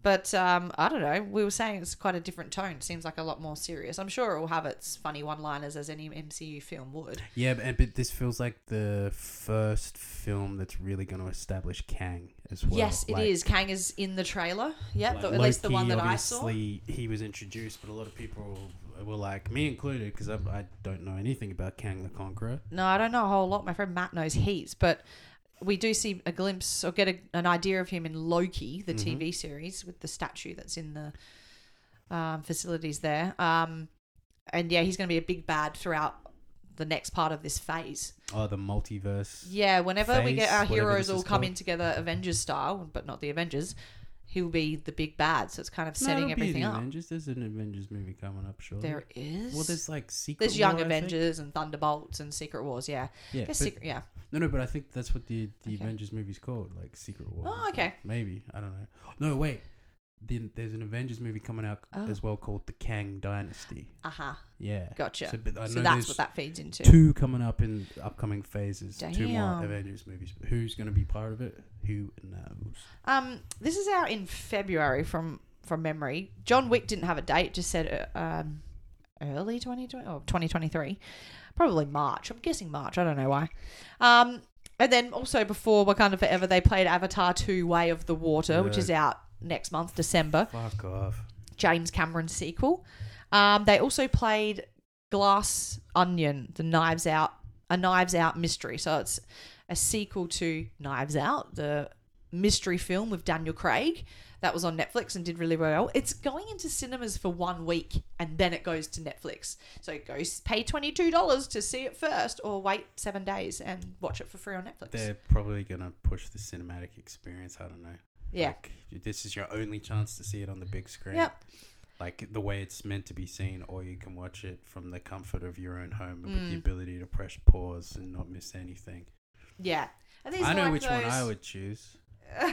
Speaker 2: But um, I don't know. We were saying it's quite a different tone. Seems like a lot more serious. I'm sure it will have its funny one-liners as any MCU film would.
Speaker 3: yeah, but, but this feels like the first film that's really going to establish Kang as well.
Speaker 2: yes, it
Speaker 3: Like-
Speaker 2: is. Kang is in the trailer. Yeah,
Speaker 3: like
Speaker 2: the, at least the
Speaker 3: Loki,
Speaker 2: one that I saw.
Speaker 3: obviously, He was introduced, but a lot of people were like, me included, because I, I don't know anything about Kang the Conqueror.
Speaker 2: No, I don't know a whole lot. My friend Matt knows heaps, but we do see a glimpse or get a, an idea of him in Loki,
Speaker 3: Mm-hmm.
Speaker 2: the TV series, with the statue that's in the um, facilities there. Um, and yeah, he's going to be a big bad throughout the next part of this phase.
Speaker 3: Oh, the multiverse.
Speaker 2: Yeah, whenever we get
Speaker 3: Phase,
Speaker 2: our
Speaker 3: whatever
Speaker 2: heroes
Speaker 3: this
Speaker 2: all
Speaker 3: is
Speaker 2: come
Speaker 3: called.
Speaker 2: in together, Avengers style, but not the Avengers, he'll be the big bad. So it's kind of
Speaker 3: No,
Speaker 2: setting
Speaker 3: it'll be
Speaker 2: everything
Speaker 3: the
Speaker 2: up.
Speaker 3: Avengers. There's an Avengers movie coming up, sure.
Speaker 2: There is.
Speaker 3: Well, there's like Secret
Speaker 2: there's Young
Speaker 3: War, I think.
Speaker 2: Avengers and Thunderbolts and Secret Wars. Yeah.
Speaker 3: Yeah,
Speaker 2: I guess
Speaker 3: but-
Speaker 2: Secret, yeah.
Speaker 3: No, no, but I think that's what the, the
Speaker 2: Okay.
Speaker 3: Avengers movie's called, like Secret War.
Speaker 2: Oh,
Speaker 3: or something.
Speaker 2: okay.
Speaker 3: Maybe. I don't know. No, wait. Then there's an Avengers movie coming out
Speaker 2: Oh.
Speaker 3: as well called The Kang Dynasty.
Speaker 2: Aha.
Speaker 3: Yeah.
Speaker 2: Gotcha.
Speaker 3: So, but I
Speaker 2: so
Speaker 3: know
Speaker 2: that's
Speaker 3: there's
Speaker 2: what that feeds into.
Speaker 3: two coming up in upcoming phases. Two
Speaker 2: Damn.
Speaker 3: more Avengers movies. Who's going to be part of it? Who knows?
Speaker 2: Um, this is out in February from from memory. John Wick didn't have a date; just said uh, um, early 2020 or 2023, probably March. I'm guessing March. I don't know why. Um, and then also before Wakanda Forever, they played Avatar 2: Way of the Water, which
Speaker 3: Yeah.
Speaker 2: is out next month, December.
Speaker 3: Fuck off.
Speaker 2: James Cameron sequel. Um, they also played Glass Onion, the Knives Out, a Knives Out mystery. So it's a sequel to Knives Out, the mystery film with Daniel Craig that was on Netflix and did really well. It's going into cinemas for one week and then it goes to Netflix. So go s- pay twenty two dollars to see it first, or wait seven days and watch it for free on Netflix.
Speaker 3: They're probably going to push the cinematic experience. I don't know.
Speaker 2: yeah.
Speaker 3: Like, this is your only chance to see it on the big screen.
Speaker 2: Yep.
Speaker 3: Like the way it's meant to be seen, or you can watch it from the comfort of your own home with
Speaker 2: Mm.
Speaker 3: the ability to press pause and not miss anything.
Speaker 2: yeah. And these
Speaker 3: I
Speaker 2: are
Speaker 3: know
Speaker 2: like
Speaker 3: which one I
Speaker 2: those-
Speaker 3: would choose.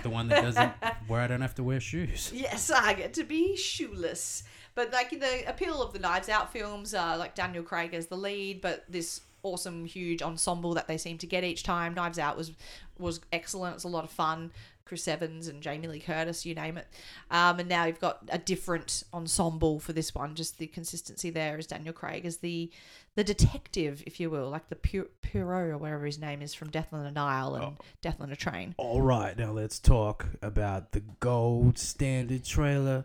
Speaker 3: The one that doesn't, where I don't have to wear shoes.
Speaker 2: Yes, I get to be shoeless. But like the appeal of the Knives Out films, uh, like Daniel Craig as the lead, but this awesome huge ensemble that they seem to get each time. Knives Out was was excellent. It's a lot of fun. Chris Evans and Jamie Lee Curtis, you name it. Um, and now you've got a different ensemble for this one. Just the consistency there is Daniel Craig as the the detective, if you will, like the Pu- Poirot or whatever his name is from Death on a Nile
Speaker 3: Oh.
Speaker 2: and Death on a Train.
Speaker 3: All right, now let's talk about the gold standard trailer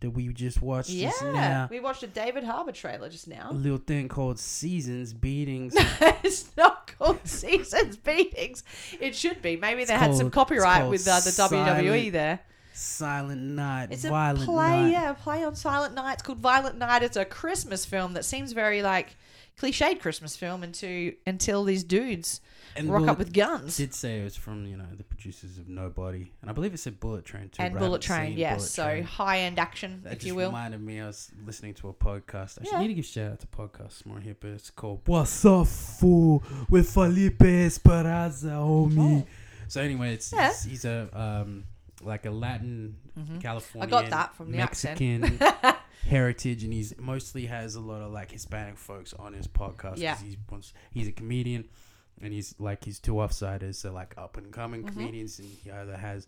Speaker 3: that we just watched just
Speaker 2: Yeah,
Speaker 3: now.
Speaker 2: we watched a David Harbour trailer just now.
Speaker 3: A little thing called Seasons Beatings.
Speaker 2: it's not called Seasons Beatings. It should be. Maybe they had some
Speaker 3: called- it's
Speaker 2: copyright
Speaker 3: called
Speaker 2: with uh, the WWE
Speaker 3: Silent-
Speaker 2: there.
Speaker 3: Silent Night,
Speaker 2: It's a
Speaker 3: Violent
Speaker 2: play,
Speaker 3: Night.
Speaker 2: yeah, a play on Silent Night. It's called Violent Night. It's a Christmas film that seems very like cliched Christmas film until until these dudes
Speaker 3: And
Speaker 2: rock
Speaker 3: well,
Speaker 2: up with guns.
Speaker 3: Did say it was from you know the producers of Nobody, and I believe it said Bullet Train too.
Speaker 2: and
Speaker 3: but I
Speaker 2: Bullet
Speaker 3: haven't
Speaker 2: Train,
Speaker 3: seen
Speaker 2: yes.
Speaker 3: Bullet
Speaker 2: So
Speaker 3: Train.
Speaker 2: high end action,
Speaker 3: that
Speaker 2: if
Speaker 3: just
Speaker 2: you will.
Speaker 3: reminded me. I was listening to a podcast. I
Speaker 2: Yeah.
Speaker 3: should need to give shout out to podcasts more here, but it's called What's Up Fool with Felipe Esperanza, homie.
Speaker 2: Oh.
Speaker 3: So anyway, it's,
Speaker 2: Yeah. Mm-hmm.
Speaker 3: it's- he's a um like a Latin California.
Speaker 2: that from the accent.
Speaker 3: Mexican heritage, and he's mostly has a lot of like Hispanic folks on his podcast. 'cause
Speaker 2: Yeah.
Speaker 3: he wants, he's a comedian, and he's like he's two offsiders, so like up and coming comedians, and he either has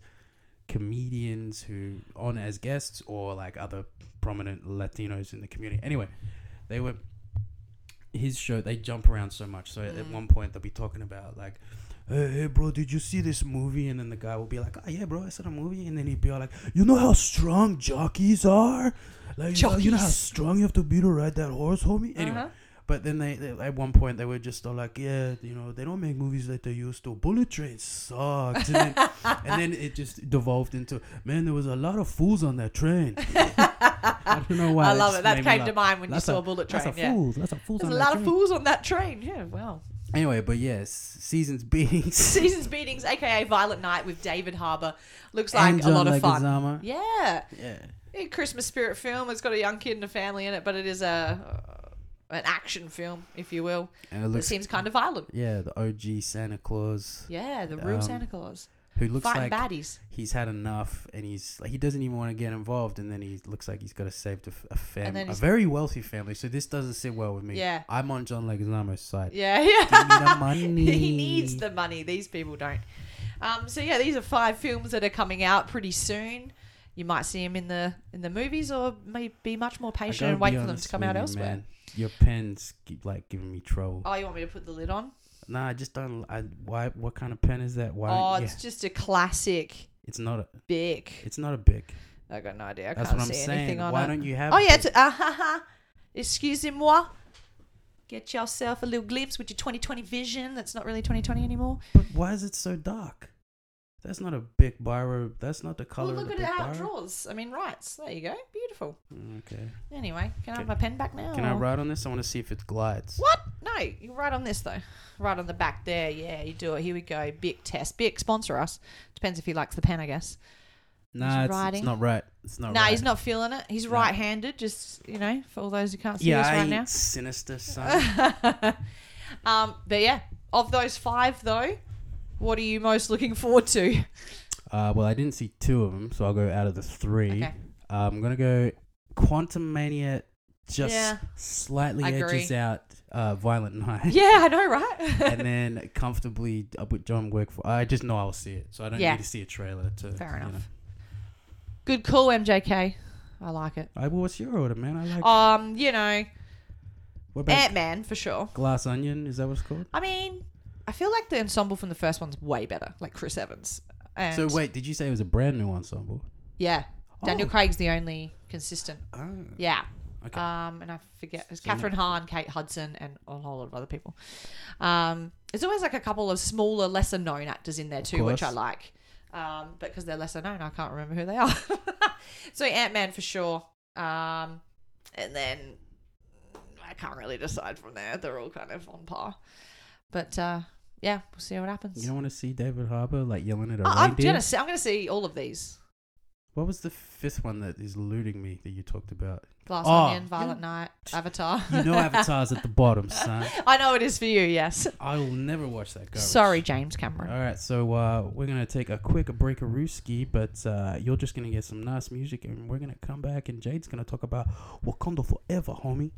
Speaker 3: comedians who on as guests or like other prominent Latinos in the community. Anyway, they were his show. They jump around so much. So
Speaker 2: Mm-hmm.
Speaker 3: at one point they'll be talking about like. Hey, hey, bro, did you see this movie? And then the guy will be like, Oh, yeah, bro, I saw the movie. And then he'd be all like, You know how strong jockeys are? Like, you know- you know how
Speaker 2: Jockeys.
Speaker 3: strong you have to be to ride that horse, homie? Anyway,
Speaker 2: Uh-huh.
Speaker 3: But then they, they at one point they were just all like, yeah, you know, they don't make movies like they used to. Bullet Train sucked, and then, and then it just devolved into man, there was a lot of fools on that train. I don't know why.
Speaker 2: I
Speaker 3: it
Speaker 2: love
Speaker 3: just
Speaker 2: it. That
Speaker 3: made me
Speaker 2: came to
Speaker 3: laugh.
Speaker 2: mind when you
Speaker 3: Lots
Speaker 2: saw
Speaker 3: of-
Speaker 2: Bullet
Speaker 3: lots
Speaker 2: Train.
Speaker 3: of
Speaker 2: Yeah,
Speaker 3: fools, lots of fools
Speaker 2: there's a
Speaker 3: on that
Speaker 2: lot of
Speaker 3: train.
Speaker 2: fools on that train. Yeah, wow.
Speaker 3: Anyway, but yes, seasons beatings.
Speaker 2: Seasons Beatings, aka Violent Night with David Harbour, looks like
Speaker 3: and um,
Speaker 2: a lot
Speaker 3: John
Speaker 2: of fun.
Speaker 3: Leguizamo.
Speaker 2: Yeah,
Speaker 3: Yeah.
Speaker 2: a Christmas spirit film. It's got a young kid and a family in it, but it is a uh, an action film, if you will.
Speaker 3: And it
Speaker 2: It
Speaker 3: looks
Speaker 2: seems kind of violent.
Speaker 3: yeah, the OG Santa Claus
Speaker 2: Yeah, the real
Speaker 3: Um,
Speaker 2: Santa Claus
Speaker 3: who looks
Speaker 2: fighting
Speaker 3: like
Speaker 2: baddies.
Speaker 3: he's had enough and he's like he doesn't even want to get involved and then he looks like he's got to save the f- a
Speaker 2: then
Speaker 3: family, a
Speaker 2: he's-
Speaker 3: very wealthy family. So this doesn't sit well with me.
Speaker 2: Yeah.
Speaker 3: I'm on John Leguizamo's side.
Speaker 2: Yeah,
Speaker 3: Give me the
Speaker 2: yeah.
Speaker 3: money.
Speaker 2: he needs the money. These people don't. Um, so yeah, these are five films that are coming out pretty soon. You might see them in the in the movies, or may be much more
Speaker 3: I
Speaker 2: patient
Speaker 3: gotta
Speaker 2: and wait
Speaker 3: be
Speaker 2: for them to
Speaker 3: honest
Speaker 2: come
Speaker 3: with
Speaker 2: out
Speaker 3: you,
Speaker 2: elsewhere.
Speaker 3: man. Your pen's keep, like giving me trouble.
Speaker 2: Oh, you want me to put the lid on?
Speaker 3: Nah, I just don't. I why? What kind of pen is that? Why?
Speaker 2: oh,
Speaker 3: yeah,
Speaker 2: it's just a classic
Speaker 3: it's not. A,
Speaker 2: Bic.
Speaker 3: it's not a big.
Speaker 2: I got no idea. I
Speaker 3: That's
Speaker 2: can't
Speaker 3: what I'm
Speaker 2: see
Speaker 3: saying.
Speaker 2: anything on
Speaker 3: Why
Speaker 2: it.
Speaker 3: don't you have?
Speaker 2: Oh yeah,
Speaker 3: Bic?
Speaker 2: it's uh, ha, ha. excusez-moi. Get yourself a little glimpse with your 2020 vision. That's not really 2020 anymore.
Speaker 3: But why is it so dark? That's not a big biro. That's not the color.
Speaker 2: well, look
Speaker 3: of
Speaker 2: at
Speaker 3: the
Speaker 2: it
Speaker 3: big
Speaker 2: how it
Speaker 3: biro.
Speaker 2: draws. I mean, rights. There you go. Beautiful.
Speaker 3: Mm, Okay.
Speaker 2: Anyway, can I have
Speaker 3: Can-
Speaker 2: my pen back now?
Speaker 3: Can I
Speaker 2: or-
Speaker 3: write on this? I want to see if it glides.
Speaker 2: Oh. What? No, you right on this though. Right on the back there. Yeah, you do it. Here we go. Bic test. Bic sponsor us. Depends if he likes the pen, I guess.
Speaker 3: Nah, it's, it's
Speaker 2: writing?
Speaker 3: not right. It's not
Speaker 2: No,
Speaker 3: right.
Speaker 2: he's not feeling it. He's right-handed. Just you know, for all those who can't see
Speaker 3: Yeah,
Speaker 2: us
Speaker 3: I
Speaker 2: right
Speaker 3: ain't
Speaker 2: now.
Speaker 3: sinister son.
Speaker 2: um, but yeah, of those five though, what are you most looking forward to?
Speaker 3: uh, well, I didn't see two of them, so I'll go out of the three.
Speaker 2: Okay.
Speaker 3: Uh, I'm gonna go Quantum Mania. Just
Speaker 2: Yeah.
Speaker 3: slightly
Speaker 2: I
Speaker 3: edges
Speaker 2: agree.
Speaker 3: out uh, Violent Night.
Speaker 2: yeah, I know, right?
Speaker 3: and then comfortably I put John work for. I just know I'll see it, so I don't
Speaker 2: Yeah.
Speaker 3: need to see a trailer to.
Speaker 2: Fair
Speaker 3: you know.
Speaker 2: enough. Good call, MJK. I like it.
Speaker 3: I what's your order, man? I like.
Speaker 2: Um, you know,
Speaker 3: what about
Speaker 2: Ant Man for sure.
Speaker 3: Glass Onion? Is that what it's called?
Speaker 2: I mean, I feel like the ensemble from the first one's way better, like Chris Evans. And
Speaker 3: So wait, did you say it was a brand new ensemble?
Speaker 2: yeah, Daniel
Speaker 3: Oh.
Speaker 2: Craig's the only consistent.
Speaker 3: Oh,
Speaker 2: Yeah.
Speaker 3: okay.
Speaker 2: Um, and I forget it's
Speaker 3: So no-
Speaker 2: Catherine Hahn, Kate Hudson, and a whole lot of other people. Um, there's always like a couple of smaller, lesser known actors in there too, which I
Speaker 3: course.
Speaker 2: like. Um, but because they're lesser known, I can't remember who they are. so Ant Man for sure. Um, and then I can't really decide from there. They're all kind of on par. But uh, yeah, we'll see what happens.
Speaker 3: you don't want to see David Harbour like yelling at a
Speaker 2: I- Oh, I'm
Speaker 3: reindeer?
Speaker 2: gonna see, I'm gonna see all of these.
Speaker 3: What was the fifth one that is eluding me that you talked about?
Speaker 2: Glass
Speaker 3: Oh,
Speaker 2: Onion, Violet
Speaker 3: yeah.
Speaker 2: Night, Avatar.
Speaker 3: You know, Avatar's at the bottom, son.
Speaker 2: I know it is for you. Yes.
Speaker 3: I will never watch that. Garbage.
Speaker 2: Sorry, James Cameron.
Speaker 3: All right, so uh, we're gonna take a quick break of Rooski, but uh, you're just gonna get some nice music, and we're gonna come back, and Jade's gonna talk about Wakanda forever, homie.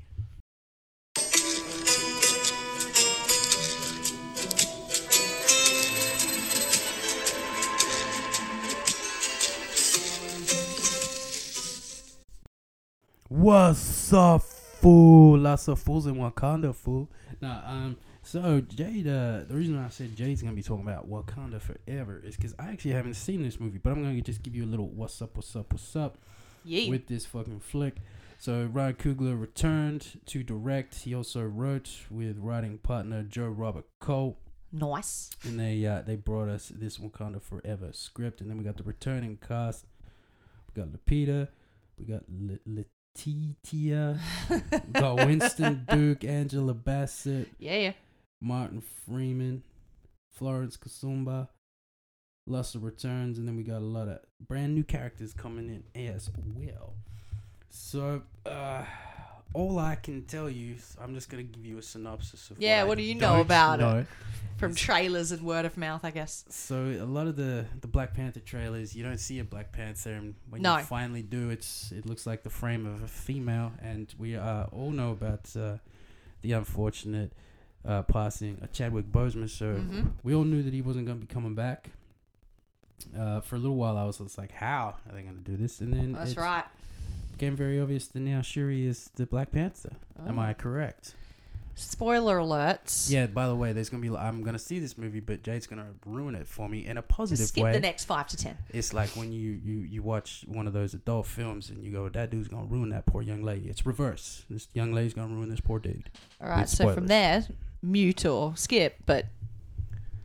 Speaker 3: What's up, fool? Lots of fools in Wakanda, fool. Nah, um, so Jade, uh, the reason I said Jade's gonna be talking about Wakanda forever is because I actually haven't seen this movie, but I'm gonna just give you a little what's up, what's up, what's up
Speaker 2: Yee.
Speaker 3: with this fucking flick. So Ryan Coogler returned to direct. He also wrote with writing partner Joe Robert Cole,
Speaker 2: Nice.
Speaker 3: and they uh, they brought us this Wakanda Forever script, and then we got the returning cast. We got Lupita, we got L- Letitia, we got Winston Duke, Angela Bassett,
Speaker 2: Yeah, yeah.
Speaker 3: Martin Freeman, Florence Kasumba, Luster returns, and then we got a lot of brand new characters coming in as well. So, uh, all I can tell you, is I'm just gonna give you a synopsis of.
Speaker 2: Yeah,
Speaker 3: I
Speaker 2: what do you know
Speaker 3: don't
Speaker 2: about it?
Speaker 3: know.
Speaker 2: From trailers and word of mouth, I guess.
Speaker 3: So a lot of the the Black Panther trailers, you don't see a Black Panther, and when
Speaker 2: No.
Speaker 3: you finally do, it's it looks like the frame of a female, and we uh, all know about uh, the unfortunate uh, passing of Chadwick Boseman. So
Speaker 2: Mhm.
Speaker 3: we all knew that he wasn't going to be coming back. Uh, for a little while, I was just like, "How are they going to do this?" And then
Speaker 2: That's
Speaker 3: it
Speaker 2: right. Oh.
Speaker 3: became very obvious that now Shuri is the Black Panther. Am I correct?
Speaker 2: Spoiler alerts.
Speaker 3: Yeah. By the way, there's gonna be. like, I'm gonna see this movie, but Jade's gonna ruin it for me in a positive
Speaker 2: Just skip
Speaker 3: way.
Speaker 2: the next five to ten.
Speaker 3: It's like when you, you you watch one of those adult films and you go, that dude's gonna ruin that poor young lady. It's reverse. This young lady's gonna ruin this poor dude.
Speaker 2: All right,
Speaker 3: With
Speaker 2: so from
Speaker 3: spoilers.
Speaker 2: there, mute or skip, but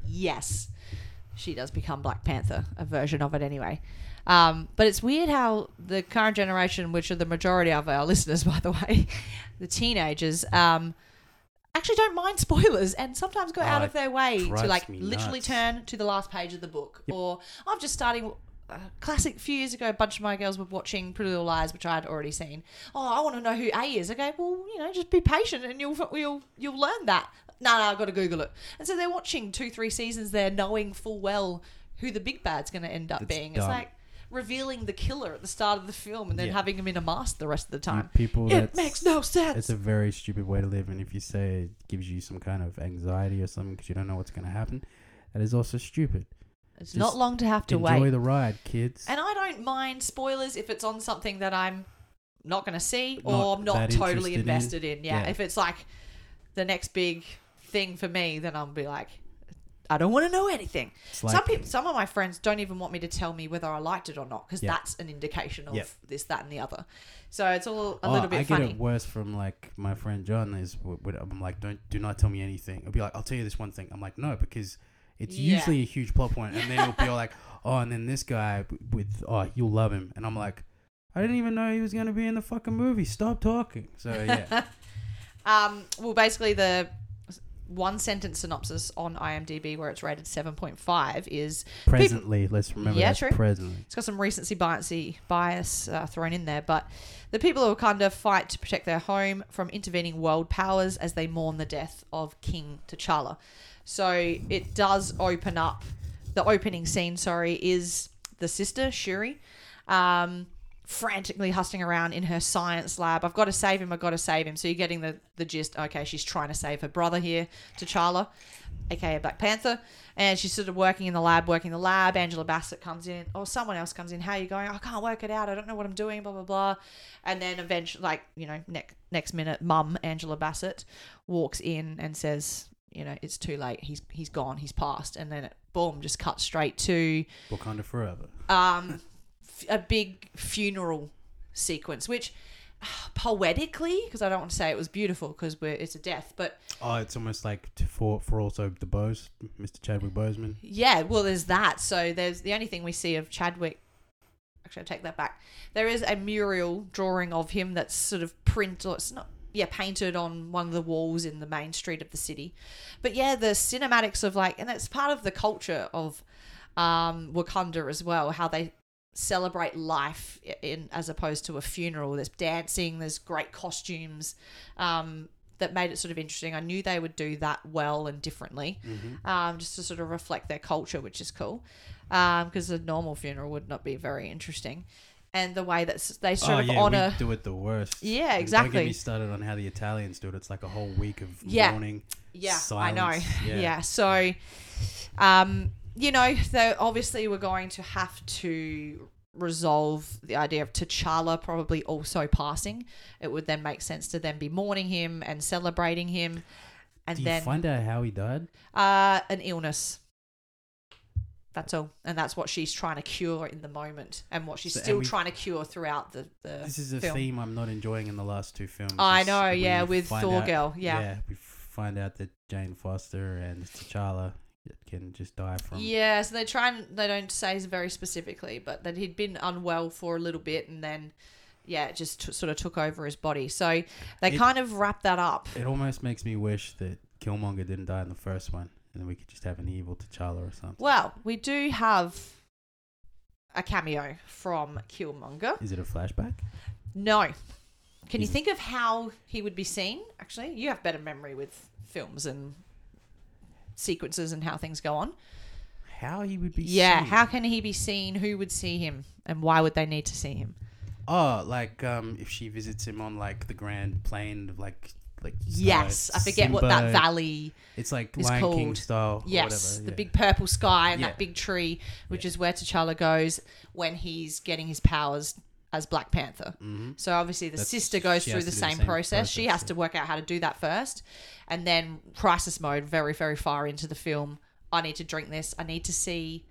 Speaker 2: yes, she does become Black Panther, a version of it anyway. Um, but it's weird how the current generation, which are the majority of our listeners, by the way, the teenagers, um, actually don't mind spoilers and sometimes go out
Speaker 3: Oh,
Speaker 2: of their way
Speaker 3: it
Speaker 2: to
Speaker 3: drives
Speaker 2: like
Speaker 3: me
Speaker 2: literally
Speaker 3: nuts.
Speaker 2: turn to the last page of the book. Or I'm just starting. A classic. A few years ago, a bunch of my girls were watching Pretty Little Lies, which I had already seen. Oh, I want to know who A is. Okay, well, you know, just be patient and you'll you'll you'll learn that. No, no, I've got to Google it. And so they're watching two, three seasons there, knowing full well who the big bad's going to end up
Speaker 3: It's
Speaker 2: being. It's
Speaker 3: dumb.
Speaker 2: like revealing the killer at the start of the film and then
Speaker 3: Yeah.
Speaker 2: having him in a mask the rest of the time.
Speaker 3: people,
Speaker 2: it
Speaker 3: that's-
Speaker 2: makes no sense.
Speaker 3: It's a very stupid way to live, and if you say it gives you some kind of anxiety or something because you don't know what's gonna happen, that is also stupid.
Speaker 2: It's
Speaker 3: Just
Speaker 2: not long to have to
Speaker 3: Enjoy
Speaker 2: wait.
Speaker 3: the ride, kids.
Speaker 2: and I don't mind spoilers if it's on something that I'm not going to see or
Speaker 3: Not
Speaker 2: I'm not
Speaker 3: that
Speaker 2: totally
Speaker 3: interested in.
Speaker 2: invested in. Yeah.
Speaker 3: Yeah.
Speaker 2: If it's like the next big thing for me, then I'll be like, I don't want to know anything.
Speaker 3: It's like-
Speaker 2: some people, some of my friends don't even want me to tell me whether I liked it or not because
Speaker 3: Yeah.
Speaker 2: that's an indication of
Speaker 3: Yeah.
Speaker 2: this, that, and the other. So it's all a
Speaker 3: Oh,
Speaker 2: little bit
Speaker 3: I
Speaker 2: funny.
Speaker 3: get it worse from like my friend John is. w- w- I'm like, don't do not tell me anything. I'll be like, I'll tell you this one thing. I'm like, no, because it's
Speaker 2: Yeah.
Speaker 3: usually a huge plot point, and then it'll be all like, oh, and then this guy w- with oh, you'll love him, and I'm like, I didn't even know he was gonna be in the fucking movie. Stop talking. So yeah,
Speaker 2: Um, well, basically, the one sentence synopsis on IMDb where it's rated 7.5 is
Speaker 3: presently, let's remember
Speaker 2: Yeah,
Speaker 3: that's
Speaker 2: true.
Speaker 3: presently.
Speaker 2: it's got some recency biasy bias uh, thrown in there, but the people of Wakanda fight to protect their home from intervening world powers as they mourn the death of King T'Challa. So it does open up. The opening scene, sorry, is the sister Shuri. Um, frantically hustling around in her science lab. I've got to save him. I've got to save him. So you're getting the, the gist. Okay, she's trying to save her brother here, T'Challa, aka Black Panther. And she's sort of working in the lab, working the lab. Angela Bassett comes in, or someone else comes in. How are you going? "Oh, I can't work it out. I don't know what I'm doing, blah, blah, blah. And then eventually, like, you know, next, next minute, mum, Angela Bassett, walks in and says, you know, it's too late. He's he's gone. He's passed. And then it, boom, just cuts straight to
Speaker 3: Wakanda forever.
Speaker 2: um, f- a big funeral sequence, which uh, poetically, because I don't want to say it was beautiful because it's a death, but
Speaker 3: Oh, it's almost like t- for for also the Bose, Mr. Chadwick Boseman.
Speaker 2: yeah, well, there's that. So there's the only thing we see of Chadwick. Actually, I take that back. There is a mural drawing of him that's sort of print or it's not. Yeah, painted on one of the walls in the main street of the city. But yeah, the cinematics of like, and it's part of the culture of um, Wakanda as well, how they celebrate life i- in as opposed to a funeral. There's dancing, there's great costumes um, that made it sort of interesting. I knew they would do that well and differently,
Speaker 3: Mm-hmm.
Speaker 2: um, just to sort of reflect their culture, which is cool, because a normal funeral would not be very interesting. And the way that s- they sort
Speaker 3: oh
Speaker 2: of
Speaker 3: yeah,
Speaker 2: honor.
Speaker 3: we do it the worst.
Speaker 2: Yeah,
Speaker 3: And Don't
Speaker 2: exactly.
Speaker 3: get me started on how the Italians do it. It's like a whole week of
Speaker 2: Yeah.
Speaker 3: mourning.
Speaker 2: Yeah, I know.
Speaker 3: silence.
Speaker 2: Yeah. So, um, you know, so obviously we're going to have to resolve the idea of T'Challa probably also passing. It would then make sense to then be mourning him and celebrating him, and
Speaker 3: Do you
Speaker 2: then
Speaker 3: find out how he died?
Speaker 2: uh, an illness. That's all, and that's what she's trying to cure in the moment, and what she's
Speaker 3: So- and
Speaker 2: still
Speaker 3: we-
Speaker 2: trying to cure throughout the the.
Speaker 3: This is a
Speaker 2: film.
Speaker 3: theme I'm not enjoying in the last two films.
Speaker 2: I
Speaker 3: is
Speaker 2: know, yeah,
Speaker 3: we
Speaker 2: with
Speaker 3: find
Speaker 2: Thor
Speaker 3: out-
Speaker 2: Girl, yeah.
Speaker 3: yeah, we find out that Jane Foster and T'Challa can just die from.
Speaker 2: Yeah, so they try and they don't say very specifically, but that he'd been unwell for a little bit, and then yeah, it just t- sort of took over his body. So they
Speaker 3: It-
Speaker 2: kind of wrap that up.
Speaker 3: It almost makes me wish that Killmonger didn't die in the first one, and then we could just have an evil T'Challa or something.
Speaker 2: Well, we do have a cameo from Killmonger.
Speaker 3: Is it a flashback?
Speaker 2: No, can you
Speaker 3: Is-
Speaker 2: think of how he would be seen? Actually, you have better memory with films and sequences and how things go on.
Speaker 3: How he would be?
Speaker 2: yeah,
Speaker 3: seen?
Speaker 2: how can he be seen? Who would see him, and why would they need to see him?
Speaker 3: Oh, like um, if she visits him on like the grand plain of like like.
Speaker 2: Yes,
Speaker 3: uh,
Speaker 2: I forget what that
Speaker 3: Simba.
Speaker 2: valley.
Speaker 3: It's like
Speaker 2: is
Speaker 3: Lion King
Speaker 2: called.
Speaker 3: style. or
Speaker 2: Yes,
Speaker 3: whatever,
Speaker 2: the
Speaker 3: yeah.
Speaker 2: big purple sky and
Speaker 3: Yeah.
Speaker 2: that big tree, which is where T'Challa goes when he's getting his powers as Black Panther. So obviously
Speaker 3: Mm-hmm.
Speaker 2: the
Speaker 3: That's-
Speaker 2: sister goes
Speaker 3: she
Speaker 2: through
Speaker 3: has
Speaker 2: the
Speaker 3: to do the
Speaker 2: same,
Speaker 3: same
Speaker 2: process. She
Speaker 3: process,
Speaker 2: has to work out how to do that first, and then crisis mode. Very very far into the film, I need to drink this. I need to see.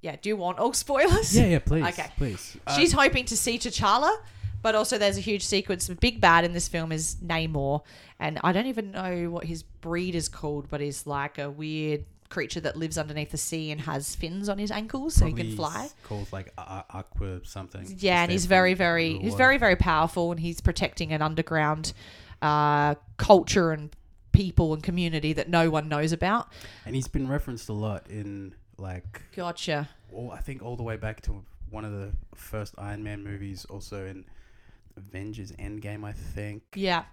Speaker 2: Yeah, do you want all spoilers?
Speaker 3: Yeah, yeah, please.
Speaker 2: Okay.
Speaker 3: Please. Uh,
Speaker 2: She's hoping to see T'Challa, but also there's a huge sequence. The big bad in this film is Namor, and I don't even know what his breed is called, but he's like a weird creature that lives underneath the sea and has fins on his ankles so he can fly.
Speaker 3: Called like a- a- aqua something.
Speaker 2: Yeah, and he's very, very, he's very, very powerful, and he's protecting an underground uh, culture and people and community that no one knows about.
Speaker 3: And he's been referenced a lot in like
Speaker 2: Gotcha.
Speaker 3: all I think all the way back to one of the first Iron Man movies, also in Avengers Endgame, I think,
Speaker 2: Yeah.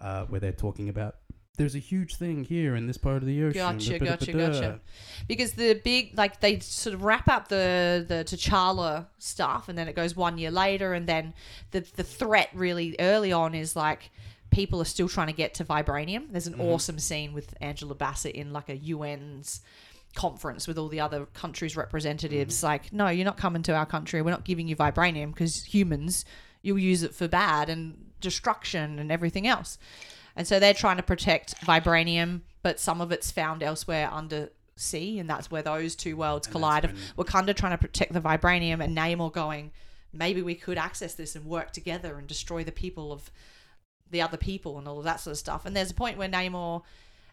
Speaker 3: uh, where they're talking about there's a huge thing here in this part of the ocean.
Speaker 2: Gotcha, gotcha,
Speaker 3: da-da-da-da-da."
Speaker 2: gotcha. Because the big, like, they sort of wrap up the the T'Challa stuff, and then it goes one year later, and then the the threat really early on is like people are still trying to get to vibranium. There's an awesome scene with Angela Bassett in like a UN's conference with all the other countries' representatives. Like, no, you're not coming to our country. We're not giving you vibranium because humans, you'll use it for bad and destruction and everything else. And so they're trying to protect vibranium, but some of it's found elsewhere under sea, and that's where those two worlds collide. Of Wakanda trying to protect the vibranium, and Namor going, maybe we could access this and work together and destroy the people of the other people and all of that sort of stuff. And there's a point where Namor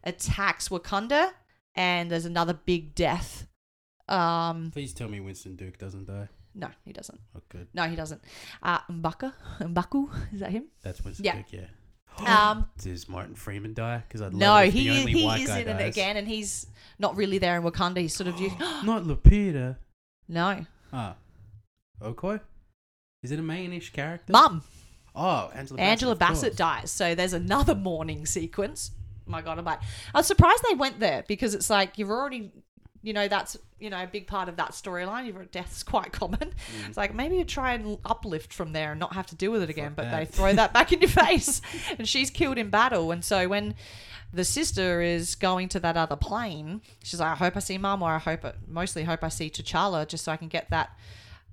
Speaker 2: attacks Wakanda, and there's another big death. Um,
Speaker 3: Please tell me Winston Duke doesn't die.
Speaker 2: no, he doesn't.
Speaker 3: Oh, good.
Speaker 2: No, he doesn't. Uh, Mbaka, Mbaku, is that him?
Speaker 3: That's Winston
Speaker 2: Yeah.
Speaker 3: Duke. Yeah.
Speaker 2: Um,
Speaker 3: Does Martin Freeman die? Because I'd love
Speaker 2: no,
Speaker 3: it if
Speaker 2: he
Speaker 3: the only
Speaker 2: he
Speaker 3: white
Speaker 2: is
Speaker 3: guy
Speaker 2: in it
Speaker 3: dies.
Speaker 2: again, and he's not really there in Wakanda. He's sort of you.
Speaker 3: Not Lupita.
Speaker 2: no,
Speaker 3: Ah, Okoye. Is it a mainish character?
Speaker 2: Mum,
Speaker 3: Oh, Angela. Bassett,
Speaker 2: Angela
Speaker 3: of course.
Speaker 2: Bassett dies. So there's another mourning sequence. My God, I'm like, I was surprised they went there because it's like you've already, you know, that's you know a big part of that storyline. Your death's quite common.
Speaker 3: Mm.
Speaker 2: It's like maybe you try and uplift from there and not have to deal with it again. but they
Speaker 3: that.
Speaker 2: throw that back in your face, and she's killed in battle. And so when the sister is going to that other plane, she's like, I hope I see Mum, or I hope, mostly hope I see T'Challa, just so I can get that.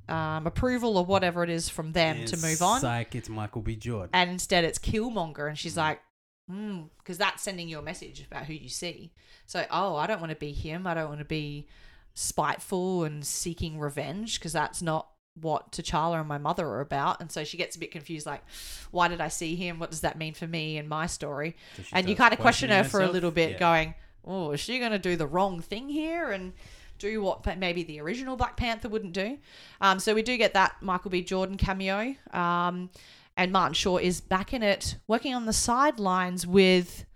Speaker 2: Um, approval or whatever it is from them
Speaker 3: And
Speaker 2: to move on
Speaker 3: Psych, it's Michael B. Jordan.
Speaker 2: and instead it's Killmonger, and she's like, because that's sending you a message about who you see. So, oh, I don't want to be him. I don't want to be spiteful and seeking revenge because that's not what T'Challa and my mother are about. And so she gets a bit confused, like, why did I see him? What does that mean for me and my story?
Speaker 3: So she
Speaker 2: and you
Speaker 3: starts
Speaker 2: kind of question
Speaker 3: questioning
Speaker 2: her for a
Speaker 3: herself?
Speaker 2: little bit,
Speaker 3: Yeah.
Speaker 2: going, oh, is she going to do the wrong thing here? And do what pa- maybe the original Black Panther wouldn't do. Um, so we do get that Michael B. Jordan cameo. Um, and Martin Shaw is back in it, working on the sidelines with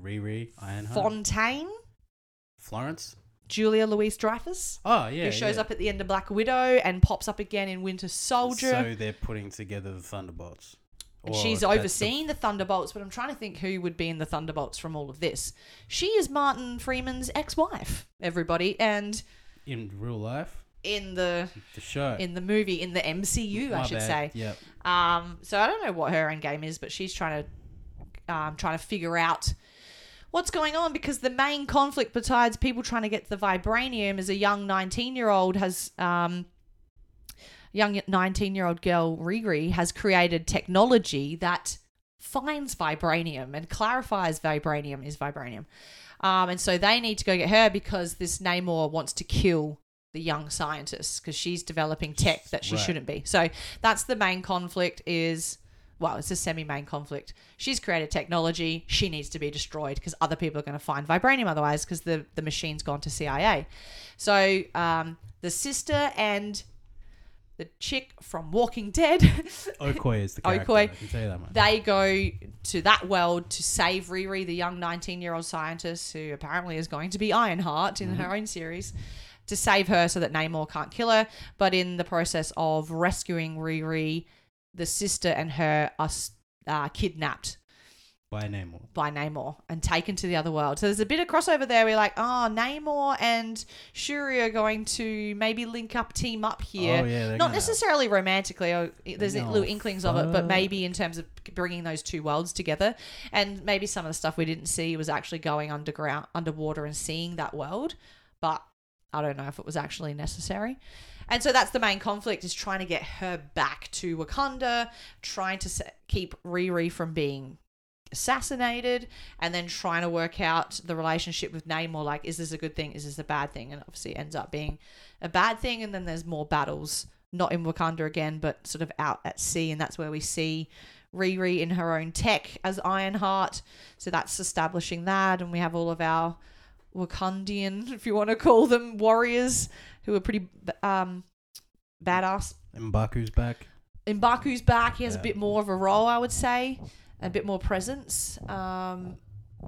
Speaker 3: Riri Ironheart.
Speaker 2: Fontaine,
Speaker 3: Florence.
Speaker 2: Julia Louise Dreyfus,
Speaker 3: Oh yeah.
Speaker 2: who shows
Speaker 3: yeah.
Speaker 2: up at the end of Black Widow and pops up again in Winter Soldier.
Speaker 3: So they're putting together the Thunderbolts.
Speaker 2: and
Speaker 3: Or
Speaker 2: she's
Speaker 3: that's the-
Speaker 2: overseeing the Thunderbolts, but I'm trying to think who would be in the Thunderbolts from all of this. She is Martin Freeman's ex-wife, everybody, and
Speaker 3: in real life.
Speaker 2: in the
Speaker 3: The show.
Speaker 2: in the movie in the MCU, I
Speaker 3: My
Speaker 2: should say.
Speaker 3: bad. Yep.
Speaker 2: Um, so I don't know what her end game is, but she's trying to um, trying to figure out what's going on because the main conflict, besides people trying to get the vibranium, is a young nineteen year old has um, young nineteen year old girl Riri has created technology that finds vibranium and clarifies vibranium is vibranium. Um, and so they need to go get her because this Namor wants to kill the young scientist because she's developing tech that she
Speaker 3: Right.
Speaker 2: shouldn't be. So that's the main conflict is well, it's a semi-main conflict. She's created technology. She needs to be destroyed because other people are going to find vibranium otherwise because the, the machine's gone to CIA. So um, the sister and the chick from Walking Dead
Speaker 3: Okoye is the character.
Speaker 2: Okoye.
Speaker 3: I can tell you that much.
Speaker 2: they go to that world to save Riri, the young 19 year old scientist who apparently is going to be Ironheart in her own series, to save her so that Namor can't kill her. But in the process of rescuing Riri, the sister and her are s- uh, kidnapped
Speaker 3: By Namor.
Speaker 2: by Namor and taken to the other world. So there's a bit of crossover there. We're like, oh, Namor and Shuri are going to maybe link up, team up here.
Speaker 3: Oh, yeah, they're
Speaker 2: Not
Speaker 3: gonna-
Speaker 2: necessarily romantically. Or, there's
Speaker 3: gonna
Speaker 2: little inklings of it, but
Speaker 3: fuck.
Speaker 2: maybe in terms of bringing those two worlds together. And maybe some of the stuff we didn't see was actually going underground, underwater, and seeing that world. But I don't know if it was actually necessary. And so that's the main conflict is trying to get her back to Wakanda, trying to se- keep Riri from being assassinated, and then trying to work out the relationship with Namor. Like, is this a good thing? Is this a bad thing? And obviously, it ends up being a bad thing. And then there's more battles, not in Wakanda again, but sort of out at sea. And that's where we see Riri in her own tech as Ironheart. So that's establishing that. And we have all of our Wakandian, if you want to call them, warriors who are pretty um, badass.
Speaker 3: And Baku's back.
Speaker 2: Mbaku's back. He has a
Speaker 3: Yeah.
Speaker 2: bit more of a role, I would say, a bit more presence um,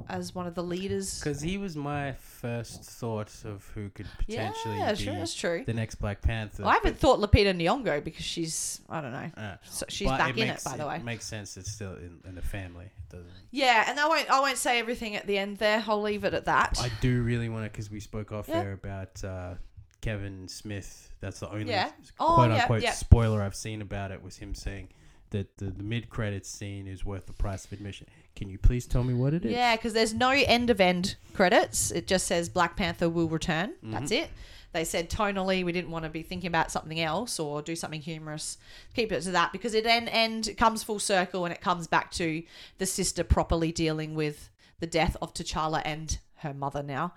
Speaker 2: as one of the leaders.
Speaker 3: Because he was my first thought of who could
Speaker 2: Yeah,
Speaker 3: potentially be
Speaker 2: sure, that's true.
Speaker 3: the next Black Panther.
Speaker 2: I haven't thought Lapita Nyong'o because she's, I don't know.
Speaker 3: Uh,
Speaker 2: So she's
Speaker 3: but
Speaker 2: back in
Speaker 3: makes-
Speaker 2: it, by the way.
Speaker 3: It makes sense. It's still in, in the family. It doesn't.
Speaker 2: Yeah, and I won't, I won't say everything at the end there. I'll leave it at that.
Speaker 3: I do really want to because we spoke off
Speaker 2: Yeah.
Speaker 3: air about uh, Kevin Smith. That's the only
Speaker 2: Yeah.
Speaker 3: s-
Speaker 2: Oh,
Speaker 3: quote
Speaker 2: yeah,
Speaker 3: unquote
Speaker 2: yeah.
Speaker 3: spoiler I've seen about it was him saying that the, the mid credits scene is worth the price of admission. Can you please tell me what it is?
Speaker 2: Yeah, because there's no end of end credits. It just says Black Panther will return.
Speaker 3: Mm-hmm.
Speaker 2: That's it. They said tonally, we didn't want to be thinking about something else or do something humorous. Keep it to that because it then end it comes full circle and it comes back to the sister properly dealing with the death of T'Challa and her mother now.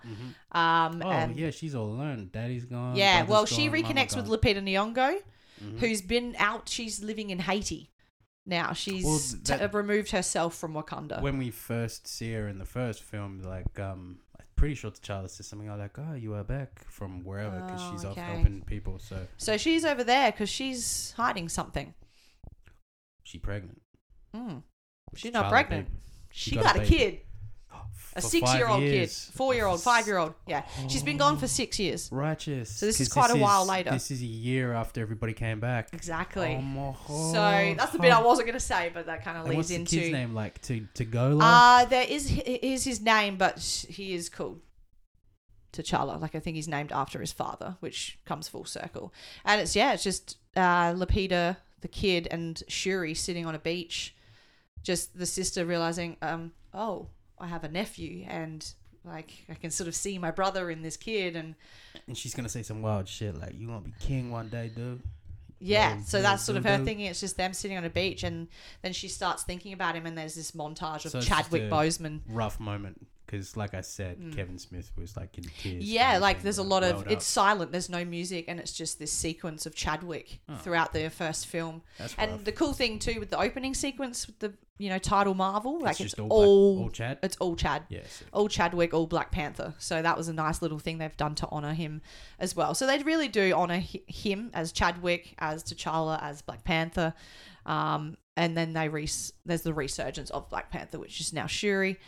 Speaker 2: Um,
Speaker 3: Oh
Speaker 2: and
Speaker 3: yeah, she's all alone. Daddy's gone.
Speaker 2: yeah,
Speaker 3: brother's
Speaker 2: well,
Speaker 3: gone,
Speaker 2: she
Speaker 3: mama
Speaker 2: reconnects with
Speaker 3: gone. Mm-hmm.
Speaker 2: Lupita Nyong'o, who's been out. She's living in Haiti now. She's
Speaker 3: Well,
Speaker 2: t-
Speaker 3: that-
Speaker 2: removed herself from Wakanda.
Speaker 3: when we first see her in the first film, like um, I'm pretty sure T'Challa says something like, "Oh, you are back from wherever," because
Speaker 2: Oh,
Speaker 3: she's off
Speaker 2: okay.
Speaker 3: helping people. So
Speaker 2: So she's over there because she's hiding something.
Speaker 3: she pregnant.
Speaker 2: Mm. She's not
Speaker 3: T'Challa
Speaker 2: pregnant.
Speaker 3: baby.
Speaker 2: She,
Speaker 3: She got
Speaker 2: got,
Speaker 3: a
Speaker 2: a
Speaker 3: baby.
Speaker 2: kid,
Speaker 3: For
Speaker 2: a
Speaker 3: five
Speaker 2: six-year-old kid,
Speaker 3: years. Oh.
Speaker 2: four-year-old, five-year-old. Yeah, she's been gone for six years.
Speaker 3: Righteous.
Speaker 2: So this is
Speaker 3: 'cause
Speaker 2: quite a while later.
Speaker 3: This is a year after everybody came back.
Speaker 2: Exactly.
Speaker 3: Oh my
Speaker 2: So
Speaker 3: God.
Speaker 2: that's the bit I wasn't going to say, but that kind of
Speaker 3: And what's
Speaker 2: leads
Speaker 3: the
Speaker 2: into.
Speaker 3: kid's name like? To to go like
Speaker 2: Uh, there is it is his name, but he is called T'Challa. Like I think he's named after his father, which comes full circle. And it's yeah, it's just uh, Lapita, the kid, and Shuri sitting on a beach. Just the sister realizing, um, oh, I have a nephew, and like I can sort of see my brother in this kid, and
Speaker 3: and she's gonna say some wild shit like, "You gonna be king one day, dude."
Speaker 2: Yeah,
Speaker 3: Yeah,
Speaker 2: so
Speaker 3: yeah,
Speaker 2: that's sort of her
Speaker 3: dildo.
Speaker 2: thinking. It's just them sitting on a beach, and then she starts thinking about him, and there's this montage of
Speaker 3: So it's just
Speaker 2: Chadwick
Speaker 3: a-
Speaker 2: Boseman.
Speaker 3: Rough moment because, like I said, Kevin Smith was like in tears.
Speaker 2: Mm. Yeah,
Speaker 3: and
Speaker 2: like
Speaker 3: everything,
Speaker 2: there's a lot of
Speaker 3: welled up.
Speaker 2: it's silent. There's no music, and it's just this sequence of Chadwick throughout the first film.
Speaker 3: That's
Speaker 2: and
Speaker 3: Oh. rough.
Speaker 2: the cool thing too with the opening sequence with the you know title Marvel, like it's,
Speaker 3: just all
Speaker 2: all,
Speaker 3: black- all Chad?
Speaker 2: It's all Chad.
Speaker 3: Yeah, sick.
Speaker 2: All Chadwick, all Black Panther. So that was a nice little thing they've done to honor him as well. So they really do honor hi- him as Chadwick, as T'Challa, as Black Panther. Um, and then they res- there's the resurgence of Black Panther, which is now Shuri.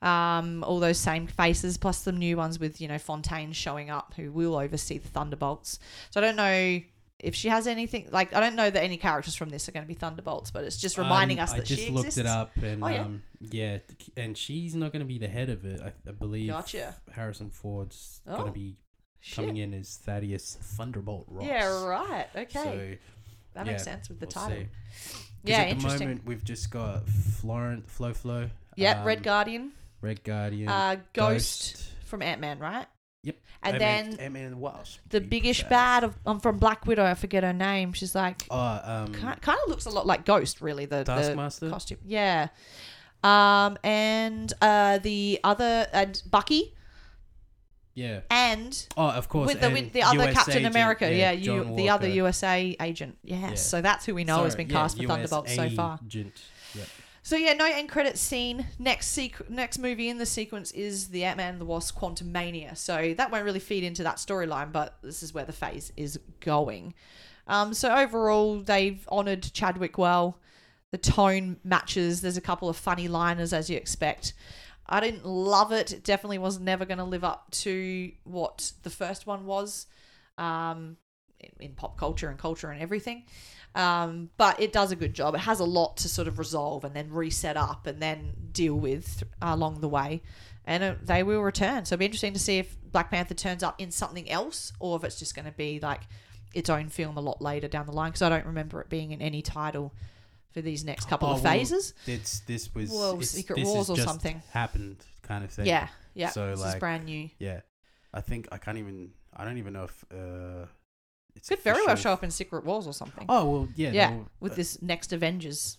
Speaker 2: Um, all those same faces, plus some new ones with you know Fontaine showing up, who will oversee the Thunderbolts. So I don't know if she has anything. Like I don't know that any characters from this are going to be Thunderbolts, but it's just reminding
Speaker 3: Um,
Speaker 2: us that
Speaker 3: I just
Speaker 2: she
Speaker 3: looked
Speaker 2: exists.
Speaker 3: it up, and
Speaker 2: Oh, yeah.
Speaker 3: um, yeah, th- and she's not going to be the head of it. I, I believe
Speaker 2: Gotcha.
Speaker 3: Harrison Ford's
Speaker 2: Oh,
Speaker 3: going to be
Speaker 2: Shit.
Speaker 3: coming in as Thaddeus Thunderbolt Ross.
Speaker 2: Yeah, right. Okay,
Speaker 3: So,
Speaker 2: that
Speaker 3: yeah,
Speaker 2: makes sense with the
Speaker 3: we'll
Speaker 2: title.
Speaker 3: see. 'Cause
Speaker 2: Yeah,
Speaker 3: at the
Speaker 2: interesting.
Speaker 3: moment we've just got Florent Flo Flo.
Speaker 2: yeah, Red
Speaker 3: um,
Speaker 2: Guardian,
Speaker 3: Red Guardian.
Speaker 2: uh, Ghost, from Ant Man, right?
Speaker 3: Yep.
Speaker 2: And
Speaker 3: Ant-Man-
Speaker 2: then
Speaker 3: Ant-Man and the Wasp.
Speaker 2: the
Speaker 3: You
Speaker 2: biggish
Speaker 3: badass.
Speaker 2: bad of, um, from Black Widow. I forget her name. She's like
Speaker 3: Uh, um,
Speaker 2: kind of looks a lot like Ghost, really. The the
Speaker 3: Taskmaster?
Speaker 2: costume, yeah. Um, and uh, the other and Bucky
Speaker 3: yeah.
Speaker 2: and
Speaker 3: Oh, of course.
Speaker 2: with the with
Speaker 3: and
Speaker 2: the other
Speaker 3: US
Speaker 2: Captain
Speaker 3: agent,
Speaker 2: America, yeah,
Speaker 3: John
Speaker 2: you, the other
Speaker 3: Walker.
Speaker 2: USA agent, yes.
Speaker 3: Yeah.
Speaker 2: So that's who we know has
Speaker 3: Sorry,
Speaker 2: been
Speaker 3: yeah,
Speaker 2: cast for
Speaker 3: US
Speaker 2: Thunderbolts so far.
Speaker 3: agent. Yep.
Speaker 2: So yeah, no end credits scene. Next sequ- next movie in the sequence is the Ant Man and the Wasp: Quantum Mania. So that won't really feed into that storyline, but this is where the phase is going. Um, so overall, they've honoured Chadwick well. The tone matches. There's a couple of funny liners as you expect. I didn't love it. It definitely was never going to live up to what the first one was. Um, in- in pop culture and culture and everything. Um, but it does a good job. It has a lot to sort of resolve and then reset up and then deal with uh, along the way. And it, they will return. So it'll be interesting to see if Black Panther turns up in something else or if it's just going to be like its own film a lot later down the line because I don't remember it being in any title for these next couple
Speaker 3: Oh,
Speaker 2: of
Speaker 3: well,
Speaker 2: phases.
Speaker 3: it's this was
Speaker 2: Well,
Speaker 3: it's-
Speaker 2: Secret
Speaker 3: this
Speaker 2: Wars
Speaker 3: has
Speaker 2: or
Speaker 3: just
Speaker 2: something.
Speaker 3: happened kind of thing.
Speaker 2: yeah, yeah.
Speaker 3: so,
Speaker 2: this is
Speaker 3: like-
Speaker 2: brand new.
Speaker 3: yeah. I think I can't even. I don't even know if uh, it's
Speaker 2: Could very well
Speaker 3: official.
Speaker 2: show up in Secret Wars or something.
Speaker 3: Oh well, yeah.
Speaker 2: yeah,
Speaker 3: no,
Speaker 2: with
Speaker 3: uh,
Speaker 2: this next Avengers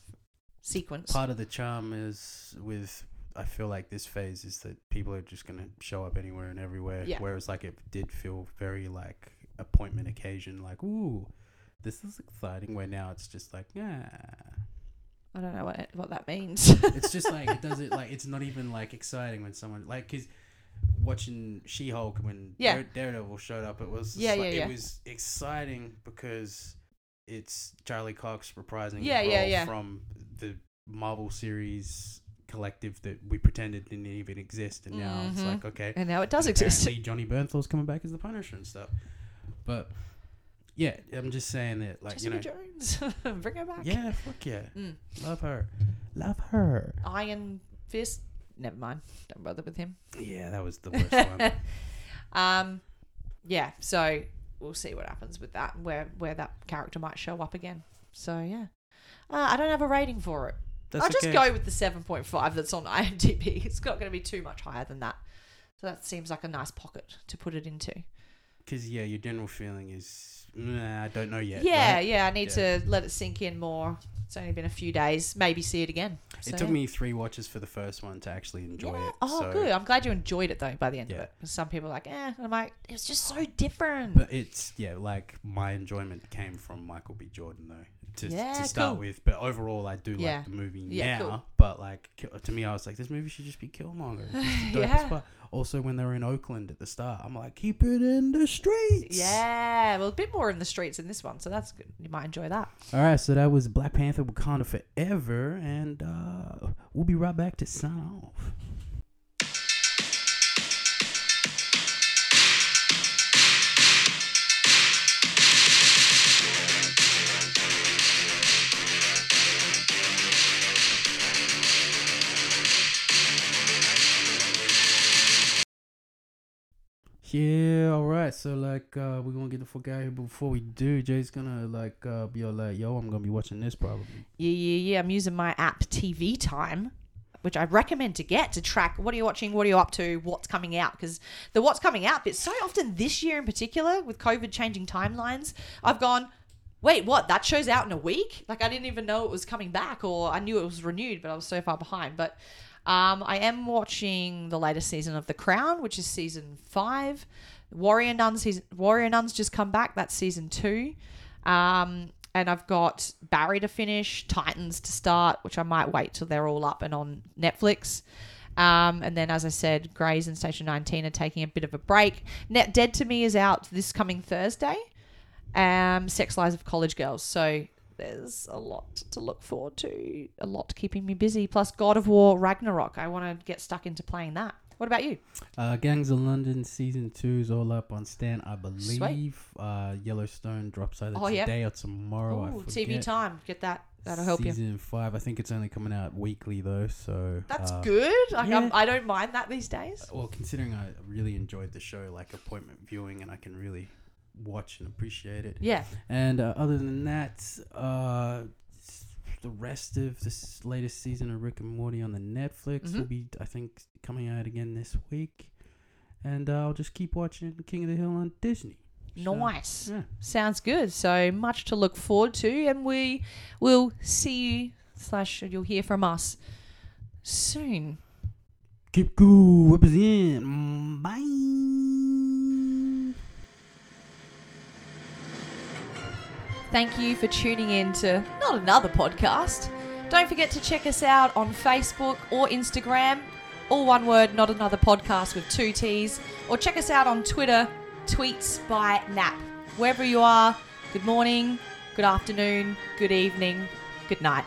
Speaker 2: sequence.
Speaker 3: part of the charm is with. I feel like this phase is that people are just gonna show up anywhere and everywhere.
Speaker 2: Yeah.
Speaker 3: Whereas like it did feel very like appointment occasion, like ooh, this is exciting. Where now it's just like yeah,
Speaker 2: I don't know what it- what that means.
Speaker 3: it's just like it does it like it's not even like exciting when someone like because watching She Hulk when
Speaker 2: Yeah.
Speaker 3: Dare- Daredevil showed up, it was just
Speaker 2: Yeah,
Speaker 3: like,
Speaker 2: yeah, yeah.
Speaker 3: it was exciting because it's Charlie Cox reprising his
Speaker 2: Yeah, yeah,
Speaker 3: role
Speaker 2: yeah.
Speaker 3: from the Marvel series collective that we pretended didn't even exist, and now it's
Speaker 2: Mhm.
Speaker 3: like okay,
Speaker 2: and now it does
Speaker 3: and
Speaker 2: exist.
Speaker 3: apparently Johnny Bernthal's coming back as the Punisher and stuff, but yeah, I'm just saying that like
Speaker 2: Jessica
Speaker 3: you know.
Speaker 2: Jones, bring her back.
Speaker 3: Yeah, fuck yeah.
Speaker 2: Mm.
Speaker 3: Love her. Love her.
Speaker 2: Iron Fist. Never mind. Don't bother with him.
Speaker 3: Yeah, that was the worst one.
Speaker 2: Um, yeah. So we'll see what happens with that. Where where that character might show up again. So yeah. Uh, I don't have a rating for it.
Speaker 3: That's
Speaker 2: I'll just
Speaker 3: okay.
Speaker 2: go with the 7.5 that's on IMDb. It's not going to be too much higher than that. So that seems like a nice pocket to put it into.
Speaker 3: Because, yeah, your general feeling is, nah, I don't know
Speaker 2: Yeah,
Speaker 3: yet.
Speaker 2: yeah,
Speaker 3: right?
Speaker 2: I need to let it sink in more. It's only been a few days. Maybe see it again. So,
Speaker 3: it took
Speaker 2: yeah.
Speaker 3: me three watches for the first one to actually enjoy
Speaker 2: Yeah.
Speaker 3: it.
Speaker 2: Oh,
Speaker 3: so-
Speaker 2: good. I'm glad you enjoyed it though. By the end of
Speaker 3: Yeah.
Speaker 2: it, 'Cause some people are like, eh. And I'm like, it was just so different.
Speaker 3: But it's, yeah, like my enjoyment came from Michael B. Jordan, though, to,
Speaker 2: Yeah,
Speaker 3: to start
Speaker 2: cool.
Speaker 3: with. But overall, I do
Speaker 2: Yeah.
Speaker 3: like the movie
Speaker 2: Yeah,
Speaker 3: now.
Speaker 2: cool.
Speaker 3: But, like, ki- to me, I was like, this movie should just be Killmonger. It's just the dopest
Speaker 2: Yeah.
Speaker 3: part. Also, when they were in Oakland at the start, I'm like, keep it in the streets.
Speaker 2: yeah, well, a bit more in the streets in this one, so that's good. You might enjoy that.
Speaker 3: All right, so that was Black Panther Wakanda Forever, and uh, we'll be right back to sign off. Yeah, all right. So like, uh, we're gonna get the fuck out of here. But before we do, Jay's gonna like uh, be all like, "Yo, I'm gonna be watching this probably."
Speaker 2: Yeah, yeah, yeah. I'm using my app TV Time, which I recommend to get to track what are you watching, what are you up to, what's coming out. Because the what's coming out bit, so often this year in particular, with COVID changing timelines, I've gone, wait, what? That show's out in a week? Like I didn't even know it was coming back, or I knew it was renewed, but I was so far behind. But um, I am watching the latest season of The Crown, which is season five. Warrior Nuns, season, Warrior Nuns just come back. That's season two. Um, and I've got Barry to finish, Titans to start, which I might wait till they're all up and on Netflix. Um, and then, as I said, Grays and Station 19 are taking a bit of a break. Net Dead to Me is out this coming Thursday. Um, Sex Lives of College Girls. So there's a lot to look forward to, a lot keeping me busy. Plus, God of War Ragnarok. I want to get stuck into playing that. What about you?
Speaker 3: Uh, Gangs of London season two is all up on Stan, I believe.
Speaker 2: Sweet.
Speaker 3: Uh, Yellowstone drops either
Speaker 2: Oh, yeah.
Speaker 3: today or tomorrow. I
Speaker 2: Ooh,
Speaker 3: forget.
Speaker 2: TV time. Get that. That'll help you.
Speaker 3: season five. I think it's only coming out weekly though, so
Speaker 2: That's
Speaker 3: uh,
Speaker 2: good. Like, I'm-
Speaker 3: yeah. Oh.
Speaker 2: I don't mind that these days.
Speaker 3: Well, considering I really enjoyed the show, like appointment viewing, and I can really watch and appreciate it.
Speaker 2: Yeah.
Speaker 3: And uh, other than that, uh, the rest of this latest season of Rick and Morty on the Netflix will
Speaker 2: Mhm.
Speaker 3: be, I think, coming out again this week. And uh, I'll just keep watching King of the Hill on Disney. So,
Speaker 2: Nice.
Speaker 3: Yeah.
Speaker 2: Sounds good. So much to look forward to, and we will see you slash you'll hear from us soon.
Speaker 3: Keep cool. Represent. Mm, Bye.
Speaker 2: Thank you for tuning in to not another podcast. Don't forget to check us out on Facebook or Instagram, all one word, not another podcast with two T's, or check us out on Twitter, tweets by Nap. Wherever you are, good morning, good afternoon, good evening, good night.